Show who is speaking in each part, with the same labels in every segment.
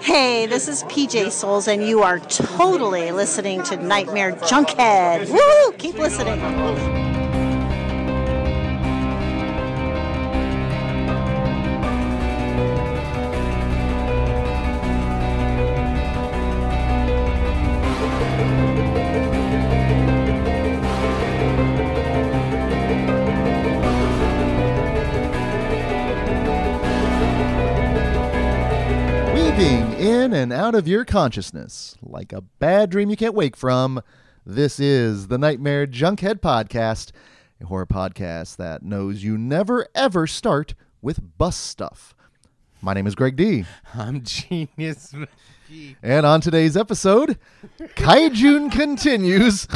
Speaker 1: Hey, this is PJ Souls, and you are totally listening to Nightmare Junkhead. Woo! Keep listening.
Speaker 2: Weaving in and out of your consciousness like a bad dream you can't wake from. This is the Nightmare Junkhead Podcast, a horror podcast that knows you never ever start with bus stuff. My name is Greg D,
Speaker 3: I'm genius.
Speaker 2: and on today's episode, Kaijun continues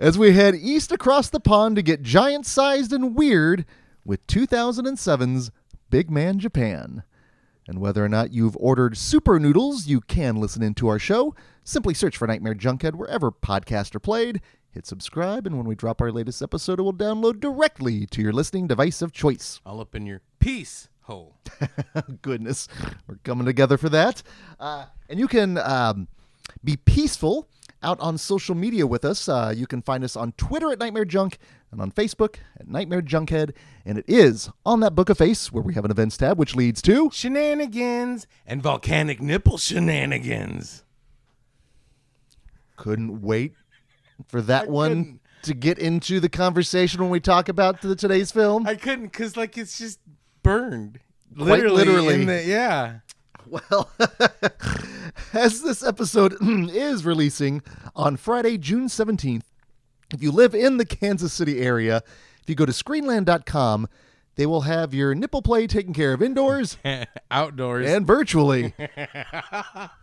Speaker 2: as we head east across the pond to get giant sized and weird with 2007's Big Man Japan. And whether or not you've ordered super noodles, you can listen into our show. Simply search for Nightmare Junkhead wherever podcasts are played. Hit subscribe, and when we drop our latest episode, it will download directly to your listening device of choice.
Speaker 3: All up in your peace hole.
Speaker 2: Goodness, we're coming together for that. Uh, and you can um, be peaceful out on social media with us. Uh, you can find us on Twitter at Nightmare Junk and on Facebook at Nightmare Junkhead. And it is on that Book of Face where we have an events tab, which leads to.
Speaker 3: Shenanigans and volcanic nipple shenanigans.
Speaker 2: couldn't wait for that one to get into the conversation when we talk about the, today's film.
Speaker 3: I couldn't because like it's just burned.
Speaker 2: Quite literally.
Speaker 3: in the- yeah.
Speaker 2: well, as this episode is releasing on Friday, June 17th, if you live in the Kansas City area, if you go to screenland.com, they will have your nipple play taken care of indoors
Speaker 3: Outdoors.
Speaker 2: and virtually.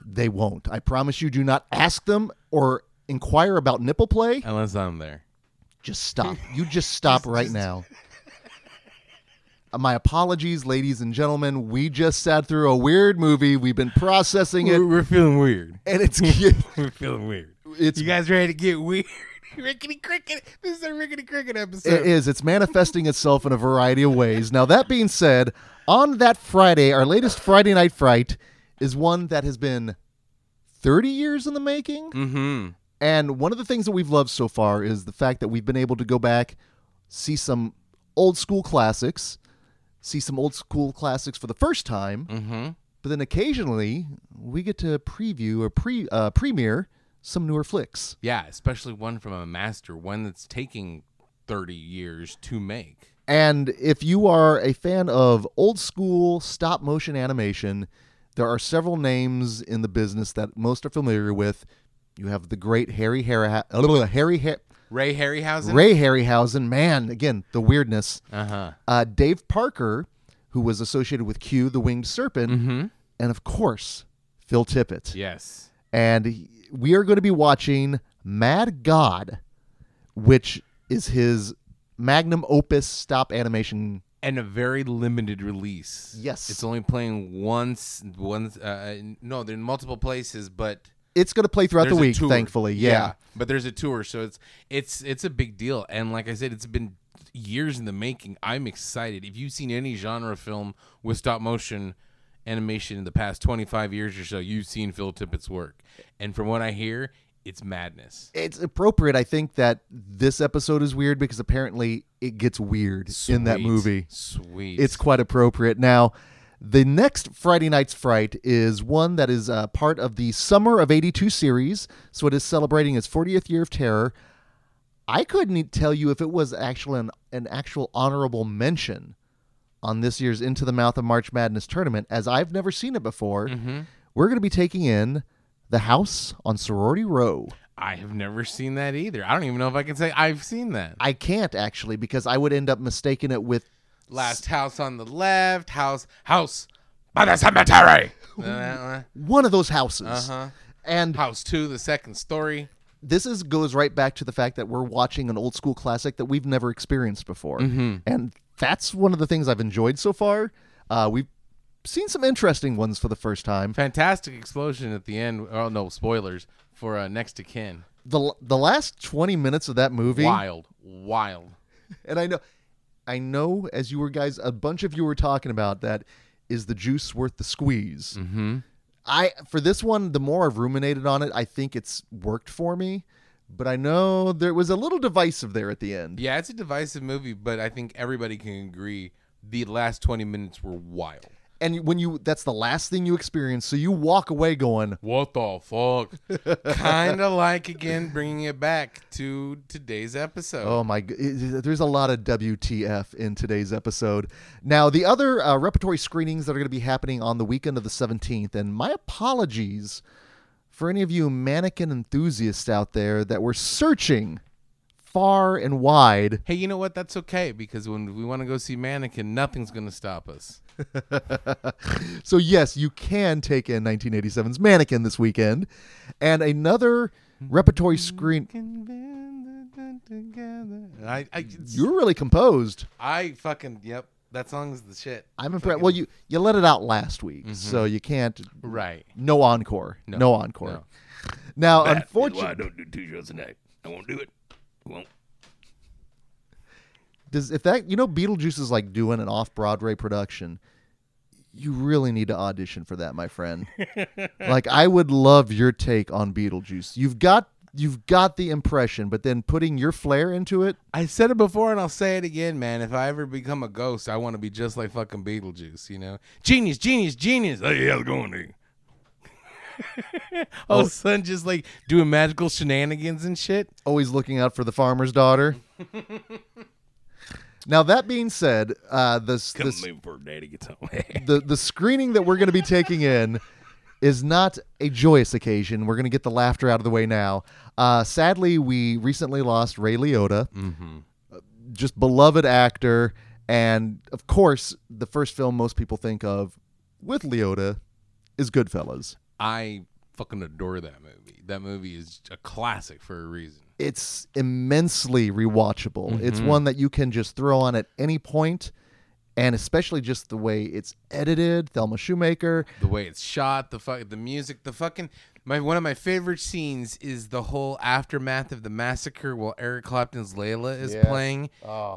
Speaker 2: they won't. I promise you, do not ask them or inquire about nipple play.
Speaker 3: Unless I'm there.
Speaker 2: just stop. You just stop right now. Uh, My apologies, ladies and gentlemen. We just sat through a weird movie. We've been processing it,
Speaker 3: We're, we're feeling weird.
Speaker 2: and it's it's
Speaker 3: We're feeling weird. You guys ready to get weird? Rickety cricket. This is a rickety cricket episode.
Speaker 2: it is. It's manifesting itself in a variety of ways. Now that being said, on that Friday, our latest Friday Night Fright is one that has been thirty years in the making.
Speaker 3: Mm-hmm.
Speaker 2: And one of the things that we've loved so far is the fact that we've been able to go back, see some old school classics, see some old school classics for the first time,
Speaker 3: Mm-hmm.
Speaker 2: but then occasionally we get to preview or pre uh, premiere some newer flicks.
Speaker 3: Yeah, especially one from a master, one that's taking 30 years to make.
Speaker 2: And if you are a fan of old school stop motion animation, there are several names in the business that most are familiar with. You have the great Harry uh, Harry Harry Har-
Speaker 3: Ray Harryhausen.
Speaker 2: Ray Harryhausen, man, again the weirdness.
Speaker 3: Uh-huh.
Speaker 2: uh, Dave Parker, who was associated with Q, the Winged Serpent, and of course Phil Tippett.
Speaker 3: Yes.
Speaker 2: And he- we are going to be watching Mad God, which is his magnum opus stop animation.
Speaker 3: and a very limited release.
Speaker 2: Yes.
Speaker 3: it's only playing once. Once, uh, no, they're in multiple places, but
Speaker 2: It's going to play throughout
Speaker 3: there's
Speaker 2: the
Speaker 3: a
Speaker 2: week,
Speaker 3: tour.
Speaker 2: thankfully. Yeah.
Speaker 3: but there's a tour, so it's it's it's a big deal. And like I said, it's been years in the making. I'm excited. If you've seen any genre film with stop motion animation in the past 25 years or so, you've seen Phil Tippett's work. And from what I hear, it's madness.
Speaker 2: It's appropriate, I think, that this episode is weird because apparently it gets weird in that
Speaker 3: Sweet.
Speaker 2: movie.
Speaker 3: sweet.
Speaker 2: it's quite appropriate. Now, the next Friday Night's Fright is one that is uh, part of the Summer of 82 series. So it is celebrating its 40th year of terror. I couldn't e- tell you if it was actually an, an actual honorable mention on this year's Into the Mouth of March Madness tournament, as I've never seen it before. We're going to be taking in The House on Sorority Row.
Speaker 3: I have never seen that either. I don't even know if I can say I've seen that.
Speaker 2: I can't actually because I would end up mistaking it with
Speaker 3: Last house on the left, house, house by the cemetery. Uh,
Speaker 2: one of those houses.
Speaker 3: Uh-huh.
Speaker 2: And
Speaker 3: house two, the second story.
Speaker 2: this is goes right back to the fact that we're watching an old school classic that we've never experienced before, and that's one of the things I've enjoyed so far. Uh, we've seen some interesting ones for the first time.
Speaker 3: Fantastic explosion at the end. Oh no, spoilers for uh, next to kin.
Speaker 2: the The last twenty minutes of that movie,
Speaker 3: Wild, wild.
Speaker 2: and I know, I know, as you were guys, a bunch of you were talking about that. Is the juice worth the squeeze? Mm-hmm. I for this one, the more I've ruminated on it, I think it's worked for me. But I know there was a little divisive there at the end.
Speaker 3: Yeah, it's a divisive movie, but I think everybody can agree the last 20 minutes were wild.
Speaker 2: And when you that's the last thing you experience, so you walk away going,
Speaker 3: What the fuck? kind of like, again, bringing it back to today's episode.
Speaker 2: Oh my! g- it- it- There's a lot of WTF in today's episode. Now, the other uh, repertory screenings that are going to be happening on the weekend of the 17th, and my apologies for any of you mannequin enthusiasts out there that were searching far and wide.
Speaker 3: Hey, you know what? That's okay because when we want to go see Mannequin, nothing's going to stop us.
Speaker 2: So yes, you can take in 1987's Mannequin this weekend, and another repertory screen.
Speaker 3: I, I,
Speaker 2: You're really composed.
Speaker 3: I fucking, yep. That song is the shit.
Speaker 2: I'm impressed. Well, you you let it out last week, so you can't.
Speaker 3: Right.
Speaker 2: No encore. No, encore.
Speaker 3: no.
Speaker 2: Now,
Speaker 4: I
Speaker 2: unfortunately,
Speaker 4: don't do two shows a night. I won't do it. I won't.
Speaker 2: does if that you know Beetlejuice is like doing an off Broadway production, you really need to audition for that, my friend. like I would love your take on Beetlejuice. You've got you've got the impression, but then putting your flair into it,
Speaker 3: I said it before and I'll say it again, man. If I ever become a ghost, I want to be just like fucking Beetlejuice, you know? Genius, genius, genius. Hey, how's it going, dude? All of a sudden, just like doing magical shenanigans and shit.
Speaker 2: always looking out for the farmer's daughter. now that being said, uh, this
Speaker 4: Come
Speaker 2: this
Speaker 4: this, before daddy gets home.
Speaker 2: the the screening that we're going to be taking in is not a joyous occasion. We're going to get the laughter out of the way now. Uh, sadly, we recently lost Ray Liotta, Uh, just beloved actor, and of course, the first film most people think of with Liotta is Goodfellas.
Speaker 3: I fucking adore that movie. That movie is a classic for a reason.
Speaker 2: It's immensely rewatchable. It's one that you can just throw on at any point, and especially just the way it's edited. Thelma Shoemaker.
Speaker 3: The way it's shot, the fuck, the music, the fucking my one of my favorite scenes is the whole aftermath of the massacre while Eric Clapton's Layla is playing.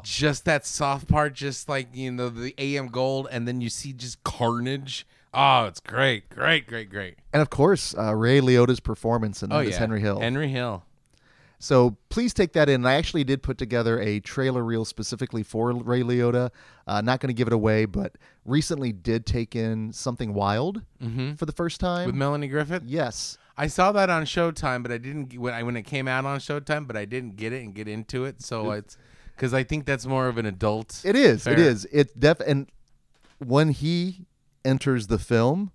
Speaker 3: Just that soft part, just like you know the AM Gold, and then you see just carnage. Oh, it's great, great, great, great.
Speaker 2: And of course, uh, Ray Liotta's performance in
Speaker 3: Oh
Speaker 2: this
Speaker 3: yeah,
Speaker 2: Henry Hill.
Speaker 3: Henry Hill.
Speaker 2: so please take that in. And I actually did put together a trailer reel specifically for Ray Liotta. Uh, not going to give it away, but recently did take in Something Wild for the first time.
Speaker 3: Mm-hmm. With Melanie Griffith,
Speaker 2: yes.
Speaker 3: I saw that on Showtime, but I didn't g- when I when it came out on Showtime, but I didn't get it and get into it. So it's because I think that's more of an adult.
Speaker 2: It is. It
Speaker 3: affair.
Speaker 2: is. It def and when he enters the film,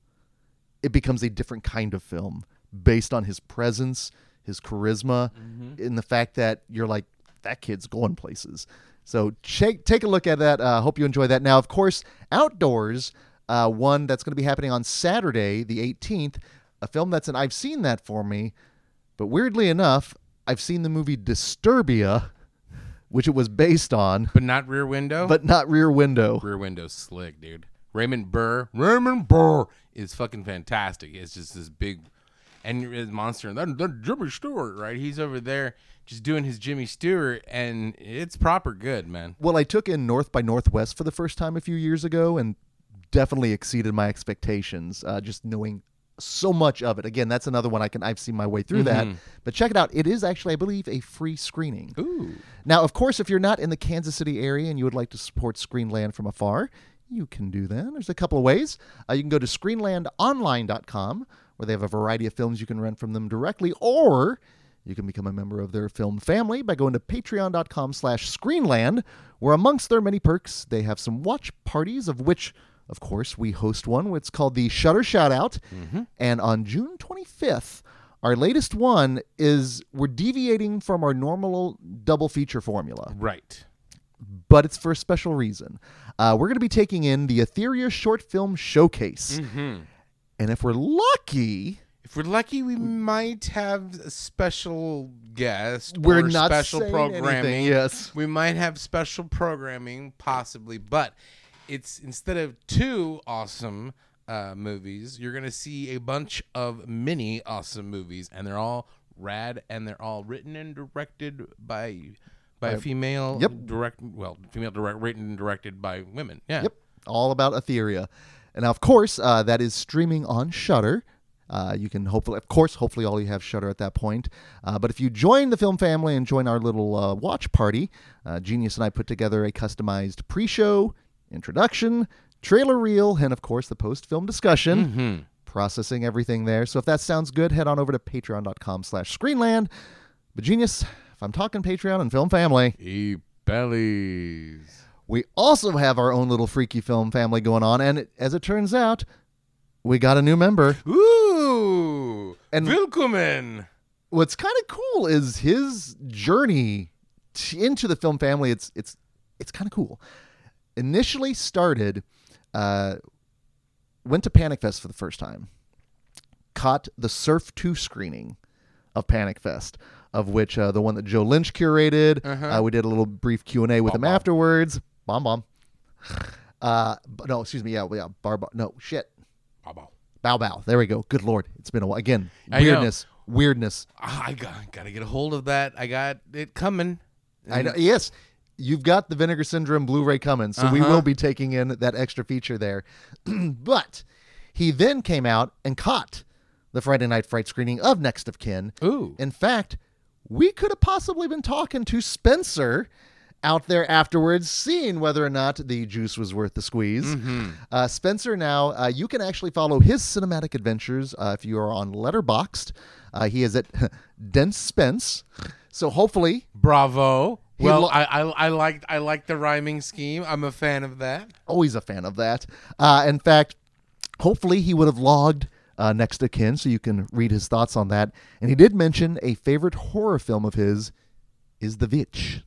Speaker 2: it becomes a different kind of film based on his presence, his charisma, and the fact that you're like that kid's going places. So check, take a look at that. Uh, hope you enjoy that. Now, of course, outdoors, uh, one that's going to be happening on Saturday, the 18th, a film that's an I've seen that for me, but weirdly enough, I've seen the movie Disturbia, which it was based on
Speaker 3: but not Rear Window.
Speaker 2: but not Rear Window.
Speaker 3: Rear Window slick, dude. Raymond Burr, Raymond Burr is fucking fantastic. It's just this big and his monster and that, that Jimmy Stewart, right? He's over there just doing his Jimmy Stewart, and it's proper good, man.
Speaker 2: Well, I took in North by Northwest for the first time a few years ago and definitely exceeded my expectations. Uh, just knowing so much of it. Again, that's another one I can I've seen my way through that. But check it out. It is actually, I believe, a free screening.
Speaker 3: Ooh,
Speaker 2: Now, of course, if you're not in the Kansas City area and you would like to support Screenland from afar, you can do that. There's a couple of ways. Uh, you can go to screenlandonline.com, where they have a variety of films you can rent from them directly, or you can become a member of their film family by going to patreon.com slash screenland, where amongst their many perks, they have some watch parties, of which, of course, we host one. It's called the Shutter Shoutout. And on June 25th, our latest one is we're deviating from our normal double feature formula,
Speaker 3: right.
Speaker 2: but it's for a special reason. Uh, we're going to be taking in the Etheria Short Film Showcase.
Speaker 3: Mm-hmm.
Speaker 2: And if we're lucky,
Speaker 3: If we're lucky, we might have a special guest.
Speaker 2: We're
Speaker 3: or
Speaker 2: not
Speaker 3: special
Speaker 2: saying
Speaker 3: programming.
Speaker 2: anything, yes.
Speaker 3: we might have special programming, possibly. But it's instead of two awesome uh, movies, you're gonna see a bunch of mini awesome movies, and they're all rad, and they're all written and directed by by female
Speaker 2: yep.
Speaker 3: direct well female direct written and directed by women. Yeah.
Speaker 2: yep, all about Etheria. And now, of course, uh, that is streaming on Shutter. Uh, you can hopefully, of course, hopefully all you have Shutter at that point. Uh, but if you join the film family and join our little uh, watch party, uh, Genius and I put together a customized pre-show, introduction, trailer reel, and of course the post-film discussion. Processing everything there. So if that sounds good, head on over to Patreon.com/slash/Screenland. But Genius, if I'm talking Patreon and film family.
Speaker 3: E bellies.
Speaker 2: We also have our own little freaky film family going on, and it, as it turns out, we got a new member.
Speaker 3: Ooh.
Speaker 2: And-
Speaker 3: Willkommen.
Speaker 2: What's kind of cool is his journey t- into the film family. It's it's it's kind of cool. Initially started, uh, went to Panic Fest for the first time, caught the Surf Two screening of Panic Fest, of which uh, the one that Joe Lynch curated.
Speaker 3: Uh-huh.
Speaker 2: Uh, we did a little brief Q and A with him afterwards. Bomb bomb. Uh, b- no, excuse me. Yeah, yeah. Bar, bar no shit.
Speaker 3: Bow, bow.
Speaker 2: Bow bow. There we go. Good lord, it's been a while. Again,
Speaker 3: I know.
Speaker 2: weirdness, weirdness.
Speaker 3: Ah, I got, gotta get a hold of that. I got it coming.
Speaker 2: I know. Yes, you've got the Vinegar Syndrome Blu-ray coming, so we
Speaker 3: Uh-huh.
Speaker 2: will be taking in that extra feature there. but he then came out and caught the Friday Night Fright screening of Next of Kin.
Speaker 3: Ooh.
Speaker 2: In fact, we could have possibly been talking to Spencer out there afterwards, seeing whether or not the juice was worth the squeeze.
Speaker 3: Mm-hmm.
Speaker 2: Uh, Spencer, now uh, you can actually follow his cinematic adventures uh, if you are on Letterboxed. Uh, he is at Dense Spence. So hopefully
Speaker 3: Bravo.
Speaker 2: He
Speaker 3: well,
Speaker 2: lo-
Speaker 3: I, I I liked I liked the rhyming scheme. I'm a fan of that.
Speaker 2: always a fan of that. Uh, in fact, hopefully he would have logged uh, next to kin so you can read his thoughts on that. And he did mention a favorite horror film of his is The Witch.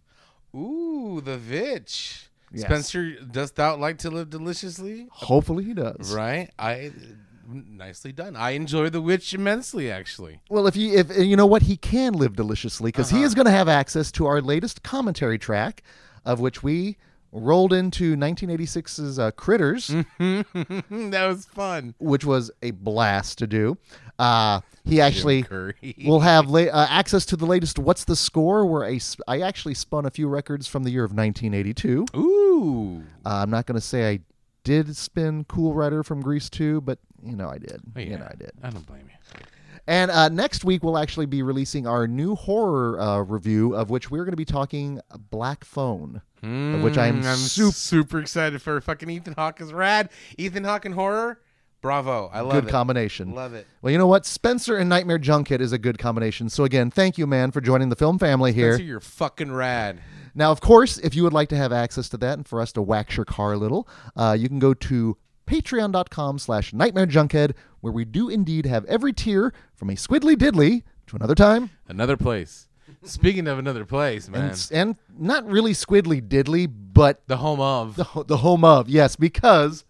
Speaker 3: Ooh, the vitch.
Speaker 2: Yes.
Speaker 3: Spencer, dost thou like to live deliciously?
Speaker 2: Hopefully he does.
Speaker 3: Right. I nicely done. I enjoy the witch immensely. Actually,
Speaker 2: Well, if you if and you know what he can live deliciously because he is going to have access to our latest commentary track, of which we rolled into 1986's uh, Critters.
Speaker 3: that was fun.
Speaker 2: which was a blast to do. Uh, he actually
Speaker 3: Curry.
Speaker 2: will have la- uh, access to the latest "What's the Score," where I, sp- I actually spun a few records from the year of 1982.
Speaker 3: Ooh.
Speaker 2: Uh, I'm not going to say I did spin Cool Rider from Grease 2, but you know I did.
Speaker 3: Oh,
Speaker 2: You
Speaker 3: yeah.
Speaker 2: know I did.
Speaker 3: I don't blame you.
Speaker 2: And uh, next week we'll actually be releasing our new horror uh, review, of which we're going to be talking Black Phone, of which I am
Speaker 3: Mm, I'm
Speaker 2: super.
Speaker 3: super excited for fucking Ethan Hawke is rad. Ethan Hawke in horror. Bravo. I love
Speaker 2: Good
Speaker 3: it.
Speaker 2: combination.
Speaker 3: Love it.
Speaker 2: Well, you know what? Spencer and Nightmare Junket is a good combination. So, again, thank you, man, for joining the film family here.
Speaker 3: Spencer, you're fucking rad.
Speaker 2: Now, of course, if you would like to have access to that and for us to wax your car a little, uh, you can go to patreon.com slash nightmare junkhead, where we do indeed have every tier from a squiddly diddly to another time.
Speaker 3: Another place. Speaking of another place, man.
Speaker 2: And, and not really squiddly diddly, but
Speaker 3: the home of
Speaker 2: the, ho- the home of, yes, because,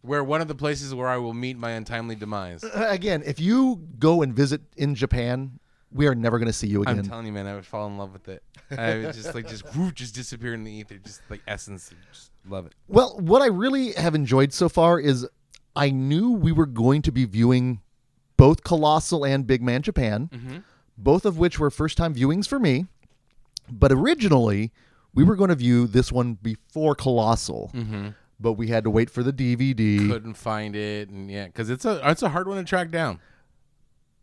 Speaker 3: where one of the places where I will meet my untimely demise.
Speaker 2: uh, again, if you go and visit in Japan, we are never going to see you
Speaker 3: I'm
Speaker 2: again.
Speaker 3: telling you, man, I would fall in love with it. I would just like just whoop, just disappear in the ether, just like essence. of- Just love it.
Speaker 2: Well, what I really have enjoyed so far is I knew we were going to be viewing both Colossal and Big Man Japan, both of which were first time viewings for me. But originally, we were going to view this one before Colossal, but we had to wait for the DVD.
Speaker 3: Couldn't find it, and yeah, because it's a it's a hard one to track down.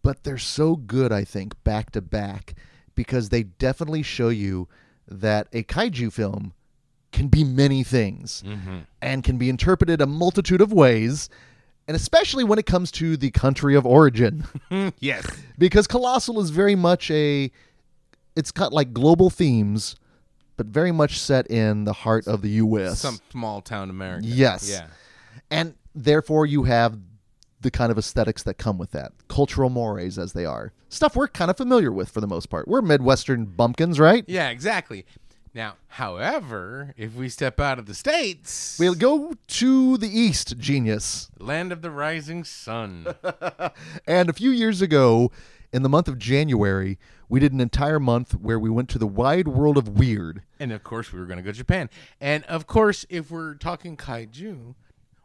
Speaker 2: But they're so good, I think, back to back, because they definitely show you that a kaiju film can be many things.
Speaker 3: Mm-hmm.
Speaker 2: and can be interpreted a multitude of ways, and especially when it comes to the country of origin,
Speaker 3: yes.
Speaker 2: because Colossal is very much a it's got like global themes, but very much set in the heart of the U.S.
Speaker 3: Some small town America.
Speaker 2: Yes.
Speaker 3: Yeah.
Speaker 2: and therefore you have the kind of aesthetics that come with that cultural mores as they are stuff we're kind of familiar with for the most part we're midwestern bumpkins right
Speaker 3: Yeah. Exactly. Now, however, if we step out of the states,
Speaker 2: we'll go to the east genius
Speaker 3: land of the rising sun.
Speaker 2: And a few years ago, in the month of January, we did an entire month where we went to the wide world of weird.
Speaker 3: And of course, we were going to go to Japan. And of course, if we're talking kaiju,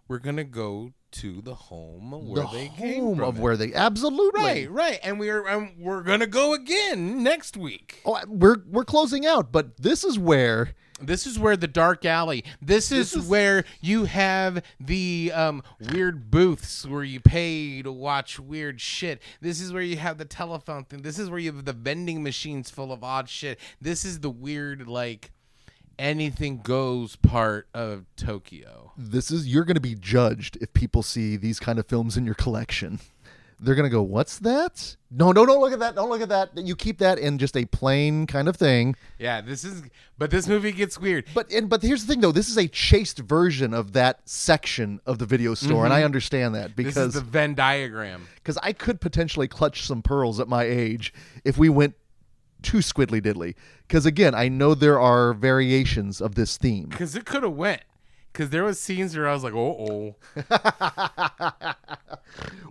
Speaker 3: we're going to go to the home where
Speaker 2: the
Speaker 3: they came
Speaker 2: home
Speaker 3: from.
Speaker 2: of where they absolutely
Speaker 3: right, right. And we're um, we're going to go again next week.
Speaker 2: Oh, we're we're closing out, but this is where
Speaker 3: This is where the dark alley. This is, where you have the um, weird booths where you pay to watch weird shit. This is where you have the telephone thing. This is where you have the vending machines full of odd shit. This is the weird like anything goes part of Tokyo.
Speaker 2: This is you're going to be judged if people see these kind of films in your collection. They're going to go, "What's that?" No, no, don't look at that. Don't look at that. You keep that in just a plain kind of thing.
Speaker 3: Yeah, this is but this movie gets weird.
Speaker 2: But and but here's the thing though, this is a chased version of that section of the video store, and I understand that
Speaker 3: Mm-hmm. This is
Speaker 2: because
Speaker 3: the Venn diagram.
Speaker 2: because I could potentially clutch some pearls at my age if we went too squiddly diddly. Because again, I know there are variations of this theme.
Speaker 3: Cause it could have went. Cause there was scenes where I was like, oh, oh,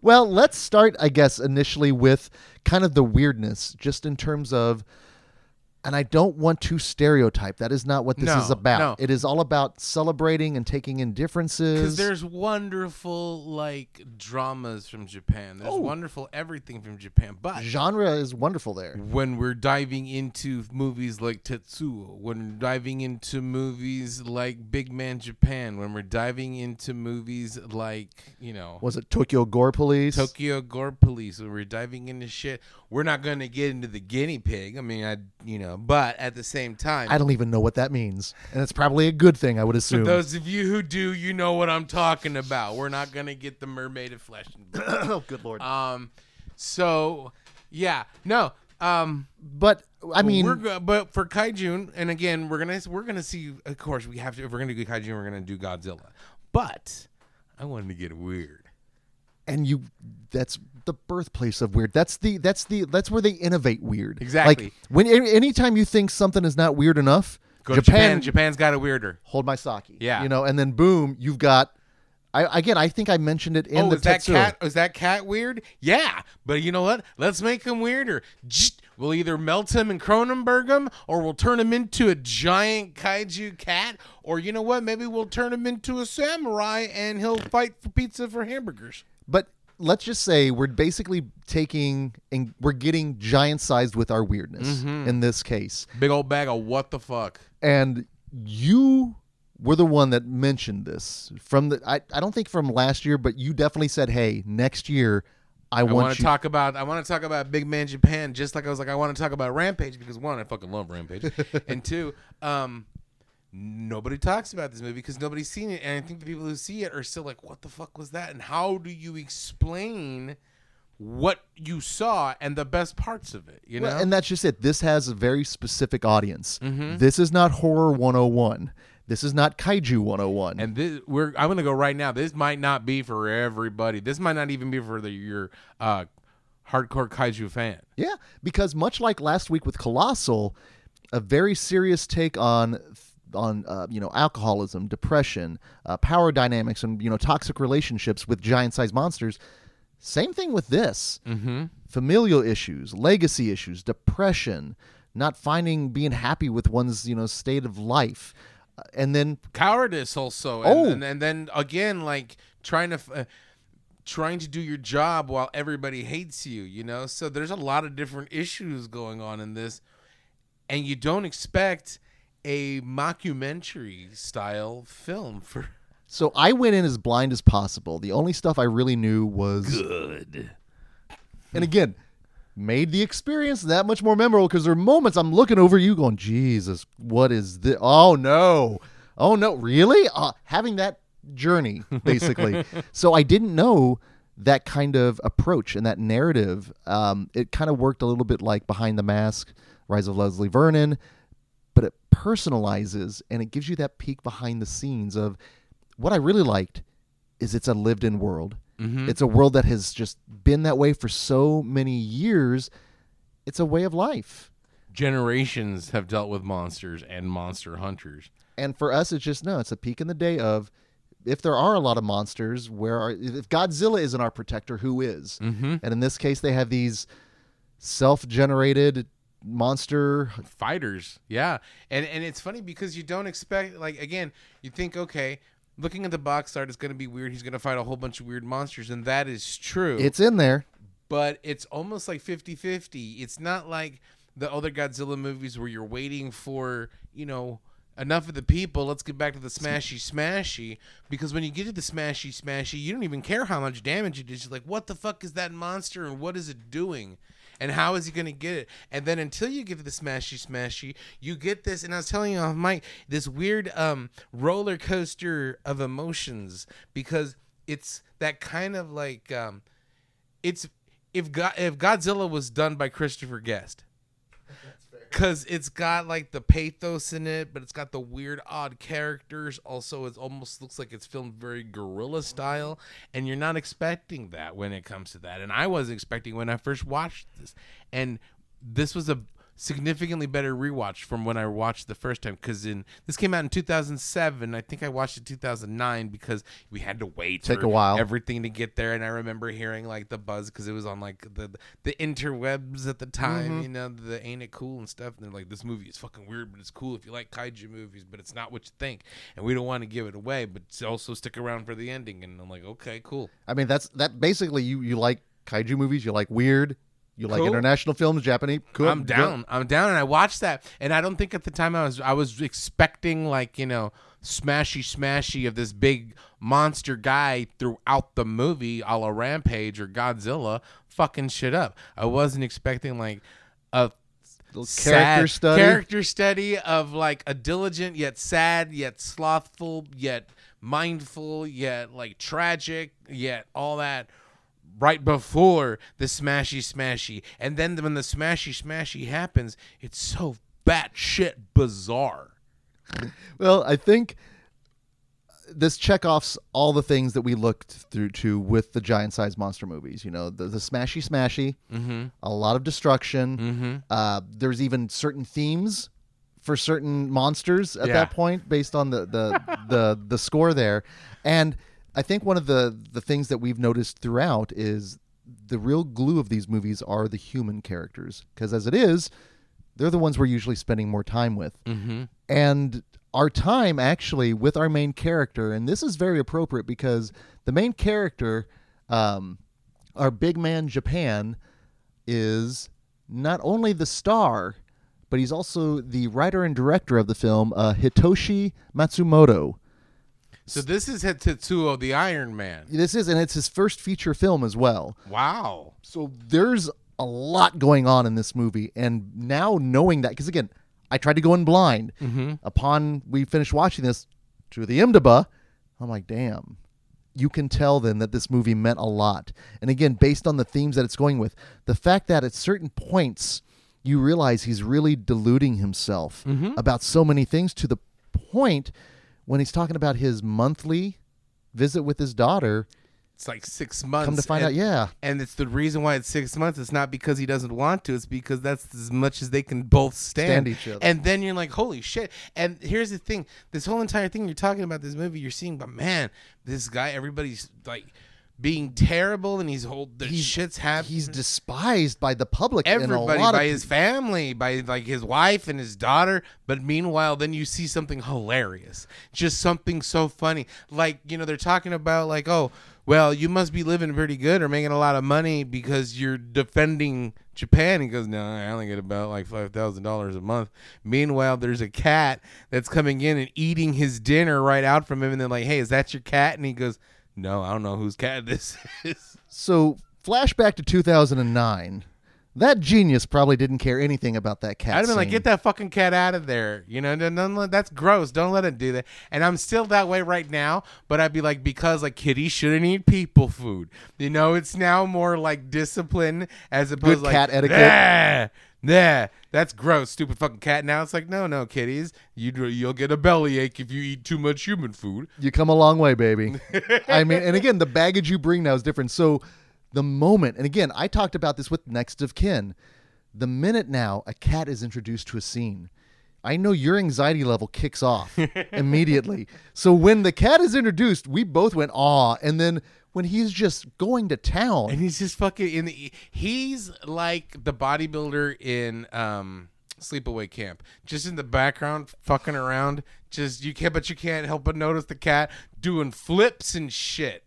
Speaker 2: Well, let's start, I guess, initially with kind of the weirdness, just in terms of. And I don't want to stereotype. That is not what this
Speaker 3: No,
Speaker 2: is about.
Speaker 3: no.
Speaker 2: It is all about celebrating and taking in
Speaker 3: because
Speaker 2: differences.
Speaker 3: there's wonderful like dramas from Japan. There's
Speaker 2: Oh.
Speaker 3: wonderful everything from Japan. But
Speaker 2: genre is wonderful there.
Speaker 3: when we're diving into movies like Tetsuo, when we're diving into movies like Big Man Japan, when we're diving into movies like, you know,
Speaker 2: Was it Tokyo Gore Police?
Speaker 3: Tokyo Gore Police, when we're diving into shit, we're not going to get into the guinea pig. I mean, I, you know, but at the same time,
Speaker 2: I don't even know what that means, and it's probably a good thing, I would assume.
Speaker 3: those of you who do, you know what I'm talking about. We're not going to get the mermaid of flesh and blood.
Speaker 2: oh, good lord!
Speaker 3: Um, so, yeah, no, um,
Speaker 2: but I mean,
Speaker 3: we're go- but for kaiju, and again, we're gonna we're gonna see. Of course, we have to. If we're gonna do kaiju, we're gonna do Godzilla. But I wanted to get weird.
Speaker 2: and you—that's the birthplace of weird. That's the that's the that's where they innovate weird.
Speaker 3: Exactly.
Speaker 2: Like when any- anytime you think something is not weird enough,
Speaker 3: Go to
Speaker 2: Japan,
Speaker 3: Japan. Japan's got it weirder.
Speaker 2: hold my sake.
Speaker 3: Yeah.
Speaker 2: you know, and then boom, you've got. I again, I think I mentioned it in
Speaker 3: oh,
Speaker 2: the
Speaker 3: is that
Speaker 2: Tetsuo.
Speaker 3: cat? Is that cat weird? Yeah, but you know what? Let's make him weirder. Jht. We'll either melt him and Cronenberg him, or we'll turn him into a giant kaiju cat, or you know what? Maybe we'll turn him into a samurai and he'll fight for pizza for hamburgers.
Speaker 2: But let's just say we're basically taking and we're getting giant sized with our weirdness
Speaker 3: Mm-hmm.
Speaker 2: in this case.
Speaker 3: Big old bag of what the fuck.
Speaker 2: and you were the one that mentioned this from the I, I don't think from last year but you definitely said hey next year i,
Speaker 3: I want
Speaker 2: want
Speaker 3: to
Speaker 2: you
Speaker 3: talk about I want to talk about Big Man Japan just like I was like I want to talk about Rampage because one I fucking love Rampage and two um nobody talks about this movie because nobody's seen it and I think the people who see it are still like what the fuck was that and how do you explain what you saw and the best parts of it you know
Speaker 2: Well, and that's just it this has a very specific audience this is not horror 101 this is not kaiju 101
Speaker 3: And this, we're I'm gonna go right now. This might not be for everybody. This might not even be for the, your uh, hardcore kaiju fan.
Speaker 2: yeah because much like last week with colossal a very serious take on on uh, you know alcoholism depression uh, power dynamics and you know toxic relationships with giant sized monsters same thing with this
Speaker 3: Mm-hmm.
Speaker 2: familial issues, legacy issues, depression, not finding being happy with one's you know state of life, Uh, and then
Speaker 3: cowardice also and,
Speaker 2: Oh.
Speaker 3: and, and then again like trying to f- uh, trying to do your job while everybody hates you you know so there's a lot of different issues going on in this and you don't expect a mockumentary style film for
Speaker 2: so I went in as blind as possible. The only stuff I really knew was,
Speaker 4: Good.
Speaker 2: and again, made the experience that much more memorable because there are moments I'm looking over you going, Jesus, what is this? Oh no, oh no, really? Uh, having that journey basically. so I didn't know. That kind of approach and that narrative, um, it kind of worked a little bit like Behind the Mask, Rise of Leslie Vernon, but it personalizes and it gives you that peek behind the scenes of what I really liked is it's a lived in world.
Speaker 3: Mm-hmm.
Speaker 2: It's a world that has just been that way for so many years. It's a way of life.
Speaker 3: generations have dealt with monsters and monster hunters
Speaker 2: And for us, it's just no, it's a peek in the day of if there are a lot of monsters, where are, if Godzilla isn't our protector, who is?
Speaker 3: mm-hmm.
Speaker 2: And in this case, they have these self generated monster.
Speaker 3: fighters yeah and and it's funny because you don't expect like again you think okay looking at the box art is going to be weird he's going to fight a whole bunch of weird monsters and that is true
Speaker 2: It's in there.
Speaker 3: but it's almost like 50-50 it's not like the other godzilla movies where you're waiting for you know enough of the people. Let's get back to the smashy smashy because when you get to the smashy smashy, you don't even care how much damage it is. You're like, what the fuck is that monster and what is it doing? And how is he gonna get it? And then until you get to the smashy smashy, you get this. And I was telling you, off Mike, this weird um, roller coaster of emotions because it's that kind of like um, it's if God, if Godzilla was done by Christopher Guest. Cause it's got like the pathos in it, but it's got the weird, odd characters. Also, it almost looks like it's filmed very guerrilla style, and you're not expecting that when it comes to that. And I was expecting when I first watched this, and this was a significantly better rewatch from when I watched the first time. Cause in this came out in 2007, I think I watched it 2009 because we had to wait
Speaker 2: Take
Speaker 3: for
Speaker 2: a while.
Speaker 3: everything to get there. And I remember hearing like the buzz because it was on like the the interwebs at the time, you know, the ain't it cool and stuff. And they're like, this movie is fucking weird, but it's cool if you like kaiju movies, but it's not what you think. And we don't want to give it away, but s- also stick around for the ending. And I'm like, okay, cool.
Speaker 2: I mean, that's that. Basically, you you like kaiju movies, you like weird, you like
Speaker 3: Cool.
Speaker 2: international films, Japanese. Cool.
Speaker 3: I'm down. I'm down, and I watched that, and I don't think at the time I was I was expecting like you know smashy smashy of this big monster guy throughout the movie, a la Rampage or Godzilla, fucking shit up. I wasn't expecting like a
Speaker 2: Little
Speaker 3: sad
Speaker 2: character study.
Speaker 3: character study of like a diligent yet sad yet slothful yet mindful yet like tragic yet all that right before the smashy smashy and then when the smashy smashy happens it's so batshit bizarre
Speaker 2: Well, I think this checkoffs all the things that we looked through to with the giant sized monster movies. You know, the, the smashy smashy, a lot of destruction. Uh, there's even certain themes for certain monsters at
Speaker 3: Yeah.
Speaker 2: that point based on the the, the the score there. And I think one of the the things that we've noticed throughout is the real glue of these movies are the human characters because as it is, they're the ones we're usually spending more time with and our time actually with our main character and this is very appropriate because the main character um, our big man japan is not only the star but he's also the writer and director of the film uh, hitoshi matsumoto
Speaker 3: so this is Tetsuo the Iron Man
Speaker 2: this is and it's his first feature film as well
Speaker 3: wow
Speaker 2: so there's a lot going on in this movie and now knowing that because again i tried to go in blind
Speaker 3: Mm-hmm.
Speaker 2: upon we finished watching this to the imdb i'm like damn you can tell then that this movie meant a lot and again based on the themes that it's going with the fact that at certain points you realize he's really deluding himself
Speaker 3: Mm-hmm.
Speaker 2: about so many things to the point when he's talking about his monthly visit with his daughter
Speaker 3: it's like six months
Speaker 2: come to find
Speaker 3: and-
Speaker 2: out yeah
Speaker 3: and it's the reason why it's six months. It's not because he doesn't want to. It's because that's as much as they can both stand,
Speaker 2: Stand each other.
Speaker 3: And then you're like, holy shit! And here's the thing: this whole entire thing you're talking about this movie, you're seeing, but man, this guy, everybody's like being terrible, and he's whole. The shit's happening.
Speaker 2: he's despised by the public and
Speaker 3: Mm-hmm. everybody
Speaker 2: a lot
Speaker 3: by
Speaker 2: of
Speaker 3: his family by like his wife and his daughter but meanwhile then you see something hilarious just something so funny like you know they're talking about like oh well you must be living pretty good or making a lot of money because you're defending japan he goes no i only get about like $5000 a month meanwhile there's a cat that's coming in and eating his dinner right out from him and they're like hey is that your cat and he goes no i don't know whose cat this is
Speaker 2: so flashback to 2009 that genius probably didn't care anything about that cat
Speaker 3: I'd have been like,
Speaker 2: scene.
Speaker 3: get that fucking cat out of there. You know, don't, don't let- that's gross. Don't let it do that. And I'm still that way right now, but I'd be like, because like kitties shouldn't eat people food. You know, it's now more like discipline as opposed to like,
Speaker 2: cat etiquette.
Speaker 3: Nah, nah, that's gross, stupid fucking cat. Now it's like, no, no, kitties, you do- you'll get a bellyache if you eat too much human food.
Speaker 2: you come a long way baby i mean and again the baggage you bring now is different so the moment and again i talked about this with next of kin the minute now a cat is introduced to a scene i know your anxiety level kicks off immediately so when the cat is introduced we both went aw and then when he's just going to town
Speaker 3: And he's just fucking in the. He's like the bodybuilder in um, Sleepaway Camp, just in the background, fucking around. Just you can't, but you can't help but notice the cat doing flips and shit.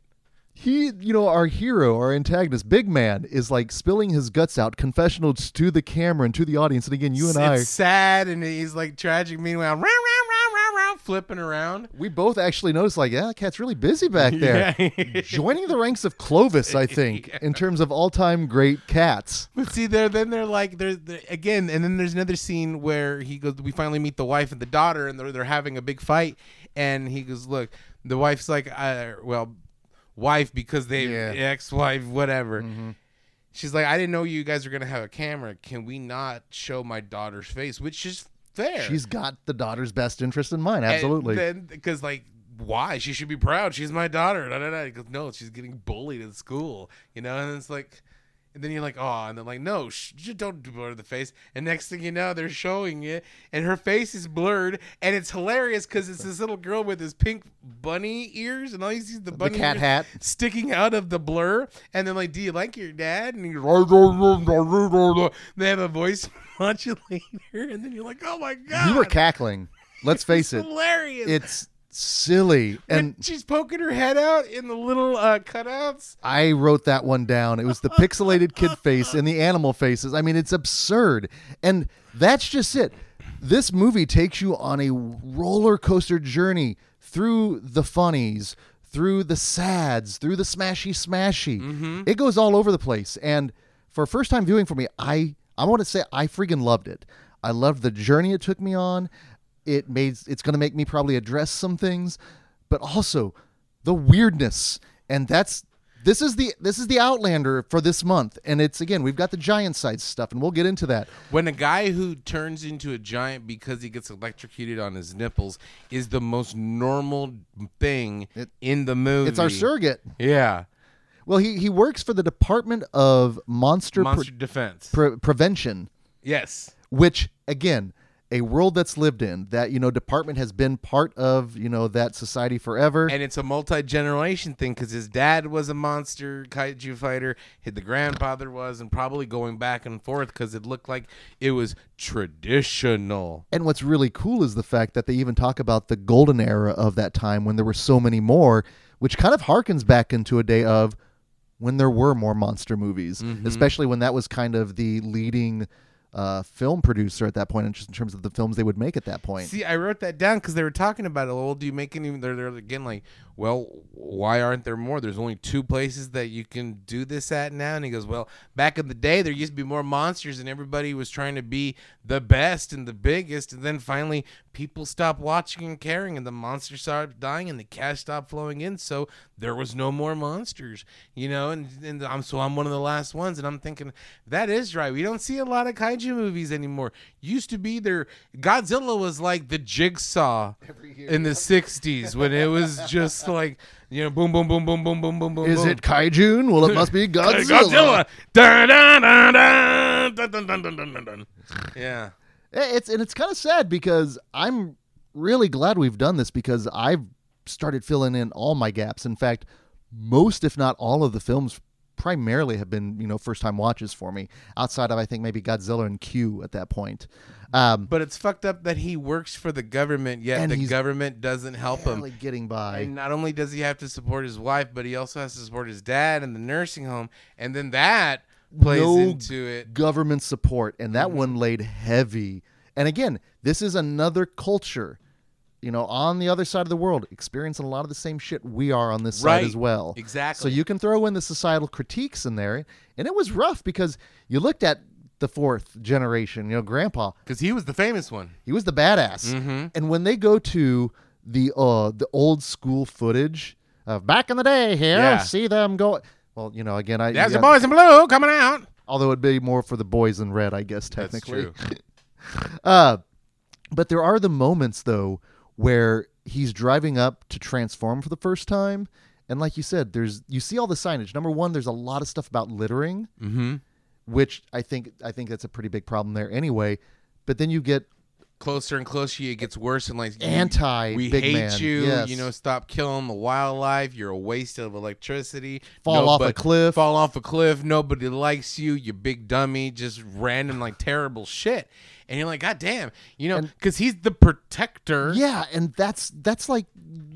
Speaker 2: he you know our hero our antagonist big man is like spilling his guts out confessionals to the camera and to the audience and again you and
Speaker 3: it's sad and he's like tragic. Meanwhile, rah, rah, rah, rah, flipping around.
Speaker 2: We both actually noticed, like, yeah, that cat's really busy back there. Joining the ranks of Clovis, I think, in terms of all time great cats.
Speaker 3: But see, there then they're like they're, they're again, and then there's another scene where he goes. We finally meet the wife and the daughter, and they're they're having a big fight. And he goes, "Look, the wife's like, uh, well, wife because they
Speaker 2: Yeah. Mm-hmm.
Speaker 3: ex-wife, whatever." She's like, "I didn't know you guys were gonna have a camera. Can we not show my daughter's face?" Which is fair.
Speaker 2: She's got the daughter's best interest in mind. Absolutely.
Speaker 3: because like. Why she should be proud? She's my daughter. Da, da, da. He goes, no, she's getting bullied at school. You know, and it's like, and then you're like, oh, and then like, no, sh- sh- don't blur the face. And next thing you know, they're showing it, and her face is blurred, and it's hilarious because it's this little girl with his pink bunny ears, and all you see is the bunny
Speaker 2: cat
Speaker 3: ears
Speaker 2: hat.
Speaker 3: sticking out of the blur. And then like, do you like your dad? And he goes, "I don't know, da, da, da, da." they have a voice modulator, and then you're like, oh my god,
Speaker 2: You were cackling. Let's face it.
Speaker 3: hilarious.
Speaker 2: It's silly. And
Speaker 3: and she's poking her head out in the little uh, cutouts.
Speaker 2: I wrote that one down. It was the pixelated kid face and the animal faces. I mean, it's absurd. And that's just it. This movie takes you on a roller coaster journey through the funnies, through the sads, through the smashy smashy. It goes all over the place. And for first time viewing for me, I I want to say I freaking loved it. I loved the journey it took me on. It made it's going to make me probably address some things, but also the weirdness. And that's this is the this is the Outlander for this month, and it's again we've got the giant size stuff, and we'll get into that.
Speaker 3: When a guy who turns into a giant because he gets electrocuted on his nipples is the most normal thing in the movie.
Speaker 2: It's our surrogate.
Speaker 3: Yeah.
Speaker 2: Well, he he works for the Department of Monster, Pre-
Speaker 3: Monster defense.
Speaker 2: Pre- Prevention,
Speaker 3: yes.
Speaker 2: which again a world that's lived in that you know department has been part of you know that society forever.
Speaker 3: And it's a multi generation thing because his dad was a monster kaiju fighter, his- the grandfather was, and probably going back and forth because it looked like it was traditional.
Speaker 2: And what's really cool is the fact that they even talk about the golden era of that time when there were so many more, which kind of harkens back into a day of when there were more monster movies, especially when that was kind of the leading uh, film producer at that point, and just in terms of the films they would make at that point.
Speaker 3: See, I wrote that down because they were talking about it. Well, do you make any? They're, they're again like, well, why aren't there more? There's only two places that you can do this at now. And he goes, well, back in the day, there used to be more monsters, and everybody was trying to be the best and the biggest. And then finally, people stopped watching and caring, and the monsters started dying, and the cash stopped flowing in. So there was no more monsters, you know. And, and I'm so I'm one of the last ones, and I'm thinking that is right. We don't see a lot of kaiju movies anymore. Used to be there. Godzilla was like the jigsaw in the '60s when it was just like you know, boom, boom, boom, boom, boom, boom, boom, boom.
Speaker 2: is
Speaker 3: boom.
Speaker 2: it kaiju? Well, it must be Godzilla.
Speaker 4: Godzilla. Dun, dun, dun, dun, dun, dun, dun, dun, dun, dun, dun.
Speaker 3: Yeah.
Speaker 2: Eh, It's and it's kind of sad because I'm really glad we've done this because I've started filling in all my gaps. In fact, most if not all of the films primarily have been you know first time watches for me. Outside of I think maybe Godzilla and Q at that point. Um,
Speaker 3: But it's fucked up that he works for the government, yet
Speaker 2: And
Speaker 3: the
Speaker 2: he's
Speaker 3: government doesn't help him.
Speaker 2: barely getting by.
Speaker 3: And not only does he have to support his wife, but he also has to support his dad in the nursing home, and then that plays
Speaker 2: No
Speaker 3: into it.
Speaker 2: Government support and
Speaker 3: Mm-hmm.
Speaker 2: that one laid heavy. And again, this is another culture. You know, on the other side of the world, experiencing a lot of the same shit we are on this
Speaker 3: Right.
Speaker 2: side as well.
Speaker 3: Exactly.
Speaker 2: So you can throw in the societal critiques in there, and it was rough because you looked at the fourth generation. You know, Grandpa,
Speaker 3: because he was the famous one.
Speaker 2: he was the badass,
Speaker 3: Mm-hmm.
Speaker 2: and when they go to the uh the old school footage of back in the day here,
Speaker 3: Yeah.
Speaker 2: see them go. Well, you know, again, I
Speaker 3: That's
Speaker 2: yeah,
Speaker 3: the boys in blue coming out.
Speaker 2: although it'd be more for the boys in red, I guess
Speaker 3: That's
Speaker 2: technically.
Speaker 3: true.
Speaker 2: Uh, but there are the moments though where he's driving up to transform for the first time, and like you said, there's you see all the signage. Number one, there's a lot of stuff about littering,
Speaker 3: Mm-hmm.
Speaker 2: which I think I think that's a pretty big problem there anyway. But then you get
Speaker 3: Closer and closer, it gets worse and like you-
Speaker 2: Anti
Speaker 3: We
Speaker 2: big
Speaker 3: hate
Speaker 2: man,
Speaker 3: you.
Speaker 2: yes.
Speaker 3: You know, stop killing the wildlife. You're a waste of electricity.
Speaker 2: Fall off a
Speaker 3: Nobody-
Speaker 2: cliff.
Speaker 3: Fall off a cliff. Nobody likes you. You big dummy. Just random like terrible shit. and you're like, God damn, you know, because he's the protector.
Speaker 2: Yeah, and that's that's like